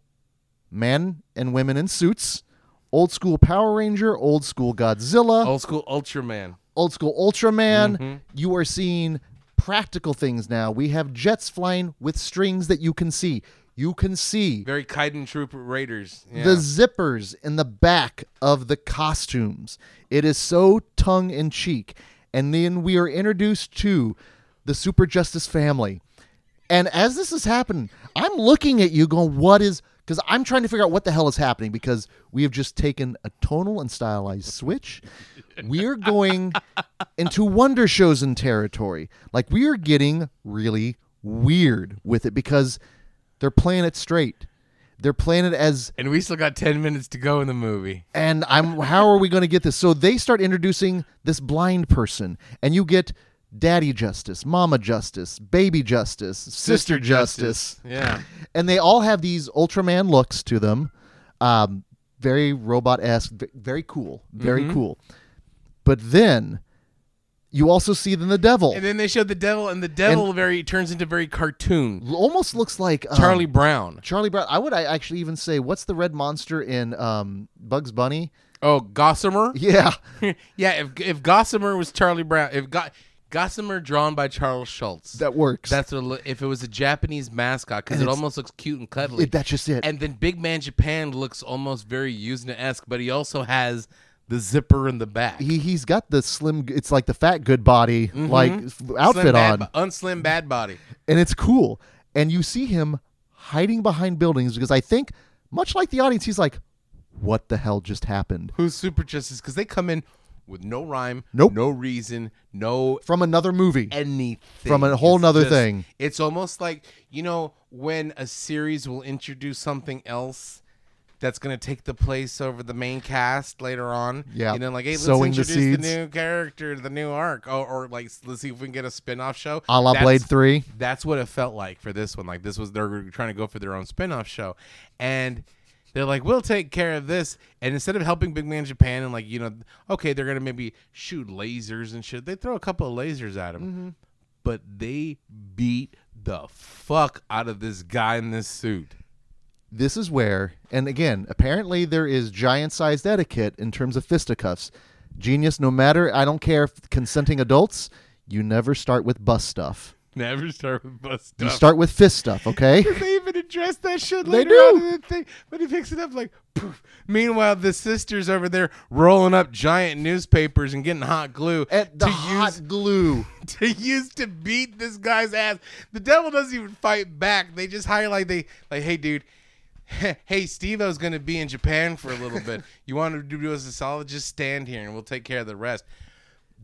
Speaker 2: men and women in suits, old school Power Ranger, old school Godzilla,
Speaker 3: Old school Ultraman.
Speaker 2: old school Ultraman. You are seeing practical things now. We have jets flying with strings that you can see. You can see
Speaker 3: Very Kaiden Troop Raiders. Yeah.
Speaker 2: the zippers in the back of the costumes. It is so tongue in cheek. And then we are introduced to the Super Justice family. And as this is happening, I'm looking at you going, what is. Because I'm trying to figure out what the hell is happening because we have just taken a tonal and stylized switch. We are going into Wonder Shows in territory. Like, we are getting really weird with it because they're playing it straight. They're playing it as
Speaker 3: and we still got 10 minutes to go in the movie.
Speaker 2: and I'm how are we going to get this? So they start introducing this blind person, and you get daddy justice, mama justice, baby justice, sister, justice.
Speaker 3: Yeah.
Speaker 2: and they all have these Ultraman looks to them, um, very robot esque, very cool, very
Speaker 3: Mm-hmm.
Speaker 2: cool. But then you also see then the devil.
Speaker 3: And then they showed the devil, and the devil very turns into very cartoon.
Speaker 2: Almost looks like um,
Speaker 3: Charlie Brown.
Speaker 2: Charlie Brown. I would I actually even say, what's the red monster in um, Bugs Bunny?
Speaker 3: Oh, Gossamer?
Speaker 2: Yeah,
Speaker 3: yeah, if, if Gossamer was Charlie Brown, if Go- Gossamer drawn by Charles Schultz,
Speaker 2: that works.
Speaker 3: that's what it loo- if it was a Japanese mascot because it almost looks cute and cuddly.
Speaker 2: it, that's just it.
Speaker 3: and then Big Man Japan looks almost very Yuzna esque, but he also has the zipper in the back.
Speaker 2: he he's got the slim it's like the fat good body like f- outfit
Speaker 3: Mm-hmm. Slim bad
Speaker 2: on
Speaker 3: bo- unslim bad body.
Speaker 2: and it's cool and you see him hiding behind buildings because i think much like the audience he's like what the hell just happened
Speaker 3: Who's super justice? Because they come in with no rhyme,
Speaker 2: Nope.
Speaker 3: no reason, no
Speaker 2: from another movie
Speaker 3: anything
Speaker 2: From a whole
Speaker 3: It's
Speaker 2: nother thing.
Speaker 3: It's almost like you know when a series will introduce something else that's going to take the place over the main cast later on.
Speaker 2: Yeah.
Speaker 3: you know, like hey, let's
Speaker 2: Sowing the
Speaker 3: introduce the,
Speaker 2: seeds.
Speaker 3: new character, the new arc, oh, or like let's see if we can get a spin-off show.
Speaker 2: a la
Speaker 3: That's-
Speaker 2: blade 3
Speaker 3: That's what it felt like for this one. Like this was they're trying to go for their own spin-off show, and they're like, "We'll take care of this." And instead of helping Big Man Japan and like you know, okay, they're gonna maybe shoot lasers and shit. They throw a couple of lasers at him, but they beat the fuck out of this guy in this suit.
Speaker 2: this is where and again apparently there is giant sized etiquette in terms of fisticuffs genius no matter i don't care if consenting adults you never start with bus stuff
Speaker 3: Never start with bus
Speaker 2: you
Speaker 3: stuff.
Speaker 2: start with fist stuff okay
Speaker 3: they even address that shit
Speaker 2: They
Speaker 3: later
Speaker 2: do.
Speaker 3: on in the thing. But he picks it up like, poof. Meanwhile, the sister's over there rolling up giant newspapers and getting hot glue
Speaker 2: at the
Speaker 3: to
Speaker 2: hot
Speaker 3: use
Speaker 2: glue
Speaker 3: to use to beat this guy's ass. The devil doesn't even fight back. They just highlight they like, hey, dude. Hey, Steve O's going to be in Japan for a little bit. You want to do us a solid? Just stand here and we'll take care of the rest.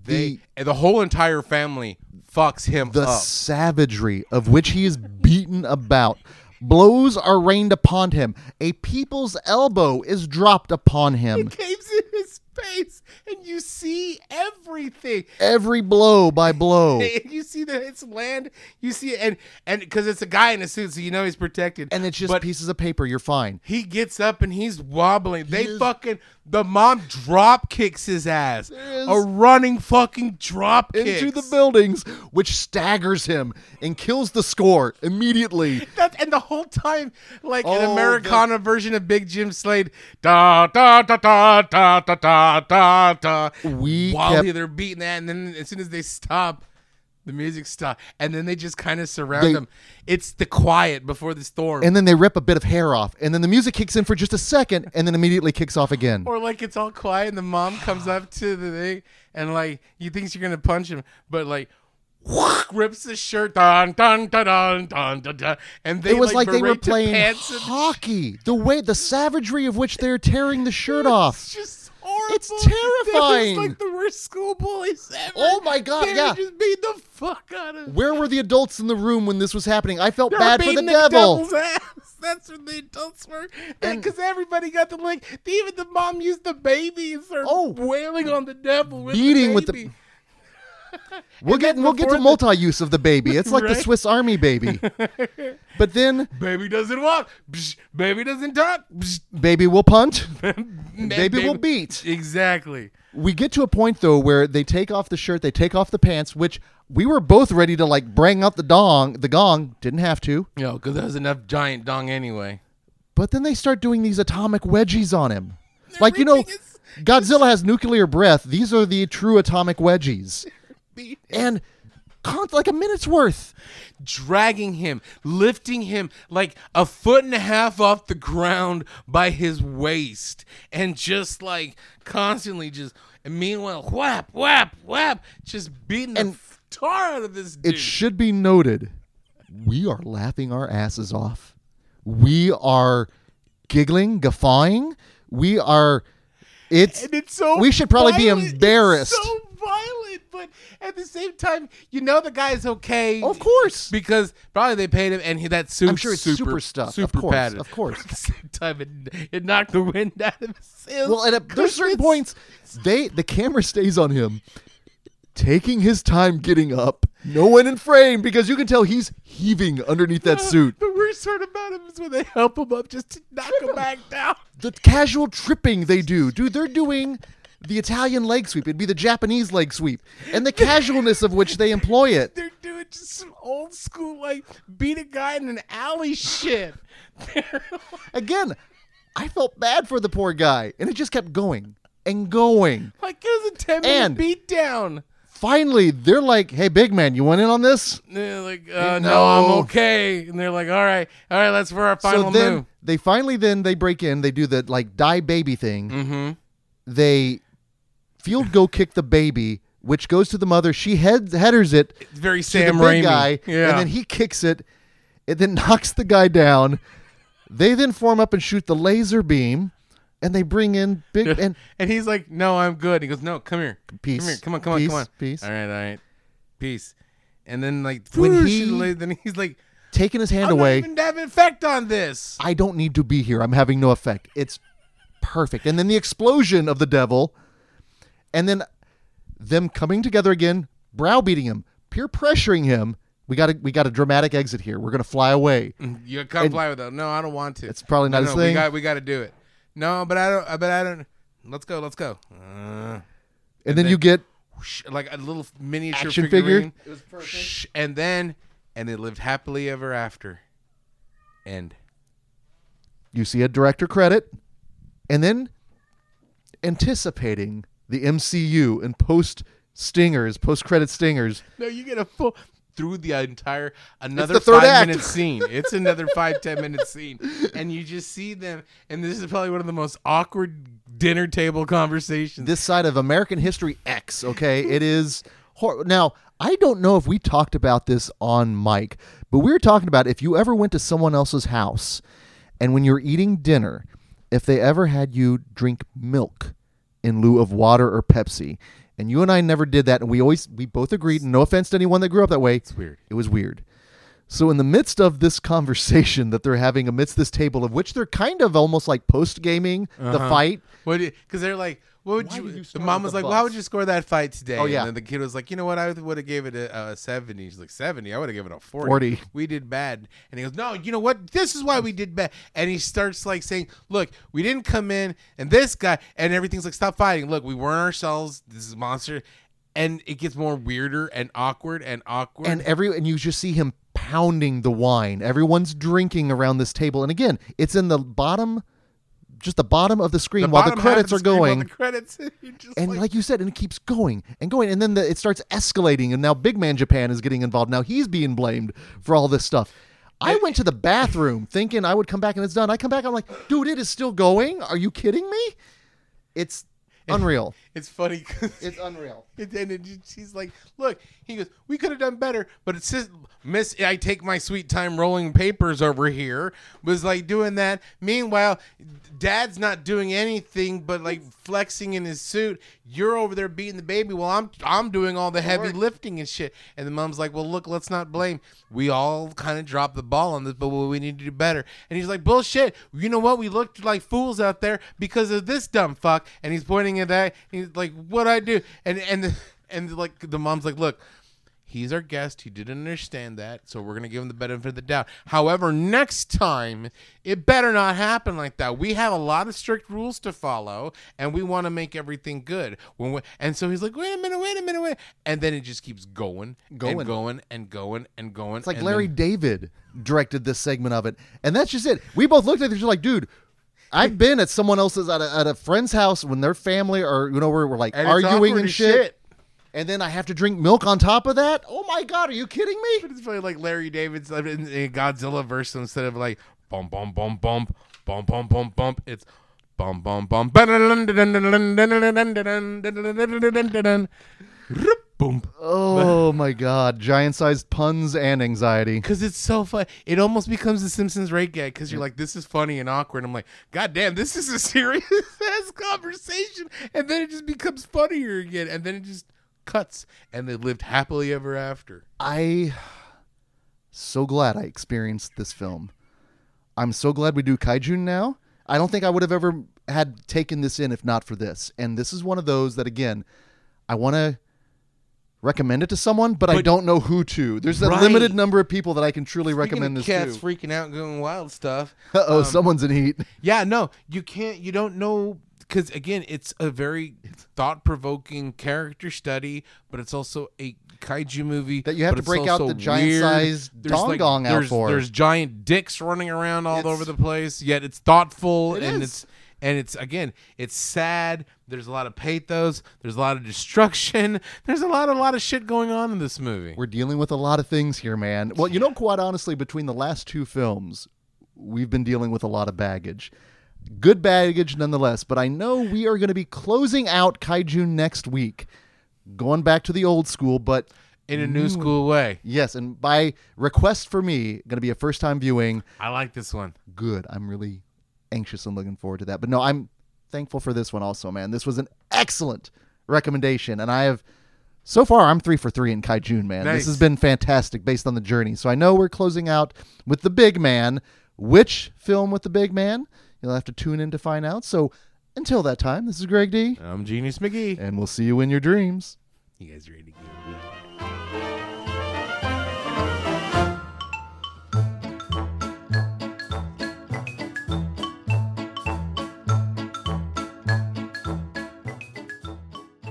Speaker 3: They, the, whole entire family fucks him
Speaker 2: the
Speaker 3: up.
Speaker 2: savagery of which he is beaten about. Blows are rained upon him. A people's elbow is dropped upon him.
Speaker 3: caves in his face, and you see everything.
Speaker 2: Every blow by blow.
Speaker 3: And you see that it's land. You see it, and and because it's a guy in a suit, so you know he's protected.
Speaker 2: And it's just
Speaker 3: But
Speaker 2: pieces of paper. You're fine.
Speaker 3: he gets up and he's wobbling. They fucking the mom drop kicks his ass.
Speaker 2: There is-
Speaker 3: A running fucking drop kicks.
Speaker 2: Into the buildings, which staggers him and kills the score immediately.
Speaker 3: That, and the whole time, like
Speaker 2: Oh,
Speaker 3: an
Speaker 2: the-
Speaker 3: Americana version of Big Jim Slade, da da da da da da da da da.
Speaker 2: We
Speaker 3: while
Speaker 2: kept-
Speaker 3: he- they're beating that, and then as soon as they stop, the music stops, and then they just kind of surround
Speaker 2: They-
Speaker 3: them. It's the quiet before the storm,
Speaker 2: And then they rip a bit of hair off. And then the music kicks in for just a second and then immediately kicks off again.
Speaker 3: or like it's all quiet, and the mom comes up to the thing, and like you thinks you're gonna punch him, but like. Rips his shirt, dun dun dun dun dun dun, dun, and they
Speaker 2: It was like, they were
Speaker 3: berate the
Speaker 2: playing
Speaker 3: pants and
Speaker 2: hockey. The way, the savagery of which they're tearing the shirt off.
Speaker 3: It's just horrible.
Speaker 2: It's terrifying.
Speaker 3: That was like the worst school bullies ever.
Speaker 2: Oh my God,
Speaker 3: They
Speaker 2: yeah.
Speaker 3: just beat the fuck out of.
Speaker 2: Where were the adults in the room when this was happening? I felt
Speaker 3: They were
Speaker 2: bad for the,
Speaker 3: beating
Speaker 2: devil.
Speaker 3: devil's ass. That's where the adults were, because everybody got the link. Even the mom used the babies or
Speaker 2: Oh.
Speaker 3: wailing on the devil, with
Speaker 2: Beating
Speaker 3: the
Speaker 2: with the-
Speaker 3: baby.
Speaker 2: We'll get we'll get to
Speaker 3: before the-
Speaker 2: multi-use of the baby. It's like the
Speaker 3: Right?
Speaker 2: Swiss Army baby. but then
Speaker 3: baby doesn't walk, Psh, baby doesn't talk, Psh,
Speaker 2: baby will punt,
Speaker 3: baby,
Speaker 2: baby will beat.
Speaker 3: Exactly.
Speaker 2: We get to a point though where they take off the shirt, they take off the pants, which we were both ready to like bring out the dong, the gong. Didn't have to,
Speaker 3: Yo, because there was enough giant dong anyway.
Speaker 2: but then they start doing these atomic wedgies on him, like you know, Godzilla has nuclear breath. These are the true atomic wedgies, and con- like a minute's worth.
Speaker 3: Dragging him, lifting him like a foot and a half off the ground by his waist, and just like constantly just. And meanwhile, whap, whap, whap, just beating the
Speaker 2: And
Speaker 3: f- tar out of this
Speaker 2: It
Speaker 3: dude.
Speaker 2: should be noted, we are laughing our asses off. We are giggling, guffawing. We are. It's.
Speaker 3: and it's so
Speaker 2: we should probably be
Speaker 3: violent. It's
Speaker 2: embarrassed.
Speaker 3: so violent, but at the same time, you know the guy's okay.
Speaker 2: of course.
Speaker 3: because probably they paid him, and he, that suit.
Speaker 2: I'm sure it's super stuff. Of
Speaker 3: super
Speaker 2: course,
Speaker 3: padded.
Speaker 2: of course.
Speaker 3: At the same time, it, it knocked the wind out of his sails.
Speaker 2: Well, and uh, there's certain
Speaker 3: Goodness.
Speaker 2: points they the camera stays on him, taking his time getting up. No one in frame because you can tell he's heaving underneath
Speaker 3: Uh,
Speaker 2: that suit.
Speaker 3: The worst part about him is when they help him up just to knock him back down.
Speaker 2: The casual tripping they do, dude, they're doing the Italian leg sweep. It'd be the Japanese leg sweep, and the casualness of which they employ it.
Speaker 3: They're doing just some old school like beat a guy in an alley shit.
Speaker 2: Again, I felt bad for the poor guy, and it just kept going and going.
Speaker 3: like it was a ten
Speaker 2: And-
Speaker 3: minute beat down.
Speaker 2: Finally, they're like, "Hey, big man, you want in on this?"
Speaker 3: And they're like, uh, no.
Speaker 2: No.
Speaker 3: I'm okay. And they're like, all right, all right, that's for our
Speaker 2: so
Speaker 3: final
Speaker 2: then
Speaker 3: move.
Speaker 2: they finally then they break in. They do the like die baby thing. Mm-hmm. They field go kick the baby, which goes to the mother. She heads headers it
Speaker 3: It's very
Speaker 2: to
Speaker 3: Sam
Speaker 2: the big
Speaker 3: Raimi.
Speaker 2: guy,
Speaker 3: yeah.
Speaker 2: and then he kicks it. It then knocks the guy down. They then form up and shoot the laser beam, and they bring in big and
Speaker 3: And he's like, "No, I'm good." He goes, "No, come here,
Speaker 2: Peace.
Speaker 3: come here, come on, come on,
Speaker 2: Peace.
Speaker 3: come on,
Speaker 2: Peace.
Speaker 3: All right, all right, peace." And then like
Speaker 2: When
Speaker 3: when
Speaker 2: he-
Speaker 3: he then he's like,
Speaker 2: taking his hand
Speaker 3: "I'm
Speaker 2: away.
Speaker 3: not even have an effect on this."
Speaker 2: I don't need to be here. I'm having no effect. It's perfect. And then the explosion of the devil, and then them coming together again, browbeating him, peer pressuring him. We got to we got a dramatic exit here. We're gonna fly away.
Speaker 3: You can't fly with that. No, I don't want to.
Speaker 2: It's probably not
Speaker 3: no,
Speaker 2: his
Speaker 3: no,
Speaker 2: thing.
Speaker 3: We got we got to do it. No, but I don't. But I don't. Let's go. Let's go. Uh,
Speaker 2: and then
Speaker 3: they-
Speaker 2: you get
Speaker 3: whoosh, like a little miniature
Speaker 2: Action figure.
Speaker 3: figurine. It was perfect. And then and they lived happily ever after. End.
Speaker 2: you see a director credit, and then anticipating the MCU and post stingers, post credit stingers.
Speaker 3: No, you get a full through the entire another
Speaker 2: the third
Speaker 3: five
Speaker 2: act.
Speaker 3: minute scene. It's another five ten minute scene, and you just see them. And this is probably one of the most awkward dinner table conversations.
Speaker 2: this side of American History X. Okay, it is. Hor- now I don't know if we talked about this on mic, but we were talking about if you ever went to someone else's house, and when you're eating dinner, if they ever had you drink milk in lieu of water or Pepsi, and you and I never did that, and we always we both agreed. No offense to anyone that grew up that way. It's
Speaker 3: weird.
Speaker 2: It was weird. So in the midst of this conversation that they're having amidst this table of which they're kind of almost like post gaming the fight
Speaker 3: What? Because they're like, what would
Speaker 2: Why
Speaker 3: you?
Speaker 2: did you
Speaker 3: the
Speaker 2: start
Speaker 3: mom
Speaker 2: with
Speaker 3: was
Speaker 2: the
Speaker 3: like, well, how
Speaker 2: bus?
Speaker 3: would you score that fight today?
Speaker 2: Oh, yeah.
Speaker 3: And then the kid was like, you know what? I would have gave it a, a seventy. She's like, seventy. I would have given it a 40.
Speaker 2: 40.
Speaker 3: We did bad. And he goes, no. You know what? This is why we did bad. And he starts like saying, look, we didn't come in, and this guy, and everything's like, stop fighting. Look, we weren't ourselves. This is a monster. And it gets more weirder and awkward and awkward.
Speaker 2: and every and you just see him pounding the wine. Everyone's drinking around this table, and again, it's in the bottom, just the bottom of the screen
Speaker 3: The
Speaker 2: while the
Speaker 3: bottom half
Speaker 2: credits
Speaker 3: of
Speaker 2: are
Speaker 3: the screen while
Speaker 2: going.
Speaker 3: The credits. You're just
Speaker 2: and
Speaker 3: like-
Speaker 2: like, you said, and it keeps going and going, and then the, it starts escalating. And now Big Man Japan is getting involved. Now he's being blamed for all this stuff. I went to the bathroom thinking I would come back and it's done. I come back, I'm like, dude, it is still going. Are you kidding me? It's unreal.
Speaker 3: it's funny. 'cause-
Speaker 2: It's unreal.
Speaker 3: And then it, she's like, "Look," he goes, "We could have done better, but it's just Miss. I take my sweet time rolling papers over here. Was like doing that. Meanwhile, Dad's not doing anything but like flexing in his suit. You're over there beating the baby while I'm I'm doing all the heavy lifting and shit. And the mom's like, "Well, look, let's not blame. We all kind of dropped the ball on this, but we need to do better." And he's like, "Bullshit. You know what? We looked like fools out there because of this dumb fuck." And he's pointing at that. He's like, "What I do?" And and and like the mom's like, "Look." he- He's our guest. He didn't understand that, so we're gonna give him the benefit of the doubt. However, next time it better not happen like that. We have a lot of strict rules to follow, and we want to make everything good. When we, and so he's like, "Wait a minute, wait a minute, wait," and then it just keeps going,
Speaker 2: Going.
Speaker 3: and going, and going, and going.
Speaker 2: It's like Larry David directed this segment of it, and that's just it. We both looked at each other like, dude. I've been at someone else's at a, at a friend's house when their family or you know we're, we're like
Speaker 3: And it's
Speaker 2: arguing
Speaker 3: awkward
Speaker 2: and
Speaker 3: as
Speaker 2: shit,
Speaker 3: shit.
Speaker 2: and then I have to drink milk on top of that. Oh my god, are you kidding me?
Speaker 3: It's funny, like Larry David's like, in, in Godzilla verse instead of like bump bump bump bump bump bump bump bump. It's bum bum bum. Boom.
Speaker 2: Oh my god, giant sized puns and anxiety.
Speaker 3: Because it's so fun. It almost becomes the Simpsons rate gag because you're like, this is funny and awkward. I'm like, God damn, this is a serious ass conversation. And then it just becomes funnier again. And then it just cuts. And they lived happily ever after.
Speaker 2: I so glad I experienced this film. I'm so glad we do kaiju now. I don't think I would have ever had taken this in if not for this. And this is one of those that again, I want to recommend it to someone, but, I
Speaker 3: But-
Speaker 2: don't know who to. There's a
Speaker 3: Right.
Speaker 2: limited number of people that I can truly recommend this
Speaker 3: Cat's
Speaker 2: to.
Speaker 3: freaking out, going wild stuff.
Speaker 2: Uh oh, someone's in heat.
Speaker 3: Yeah, no, you can't. You don't know because again, it's a very thought-provoking character study, but it's also a kaiju movie
Speaker 2: That you have
Speaker 3: but
Speaker 2: to
Speaker 3: it's
Speaker 2: break out
Speaker 3: also
Speaker 2: the giant-sized
Speaker 3: weird. There's,
Speaker 2: dong dong out
Speaker 3: there's,
Speaker 2: for.
Speaker 3: There's giant dicks running around all
Speaker 2: It's-
Speaker 3: over the place. Yet it's thoughtful
Speaker 2: It
Speaker 3: and
Speaker 2: is.
Speaker 3: it's and it's again it's sad. There's a lot of pathos. There's a lot of destruction. There's a lot a lot of shit going on in this movie.
Speaker 2: We're dealing with a lot of things here, man. Well, you know, quite honestly, between the last two films, we've been dealing with a lot of baggage. Good baggage nonetheless, but I know we are going to be closing out Kaiju next week, going back to the old school, but
Speaker 3: in a new school way.
Speaker 2: yes, and by request for me, going to be a first time viewing.
Speaker 3: I like this one.
Speaker 2: Good. I'm really anxious and looking forward to that. But no, I'm thankful for this one also, man. This was an excellent recommendation, and I have. So far, I'm three for three in Kaijun, man. This
Speaker 3: Nice.
Speaker 2: has been fantastic based on the journey. So I know we're closing out with the big man. Which film with the big man? You'll have to tune in to find out. So until
Speaker 3: Uh,
Speaker 2: that time, this is Greg D,
Speaker 3: I'm Genius McGee.
Speaker 2: and we'll see you in your dreams.
Speaker 3: You guys ready to get weird?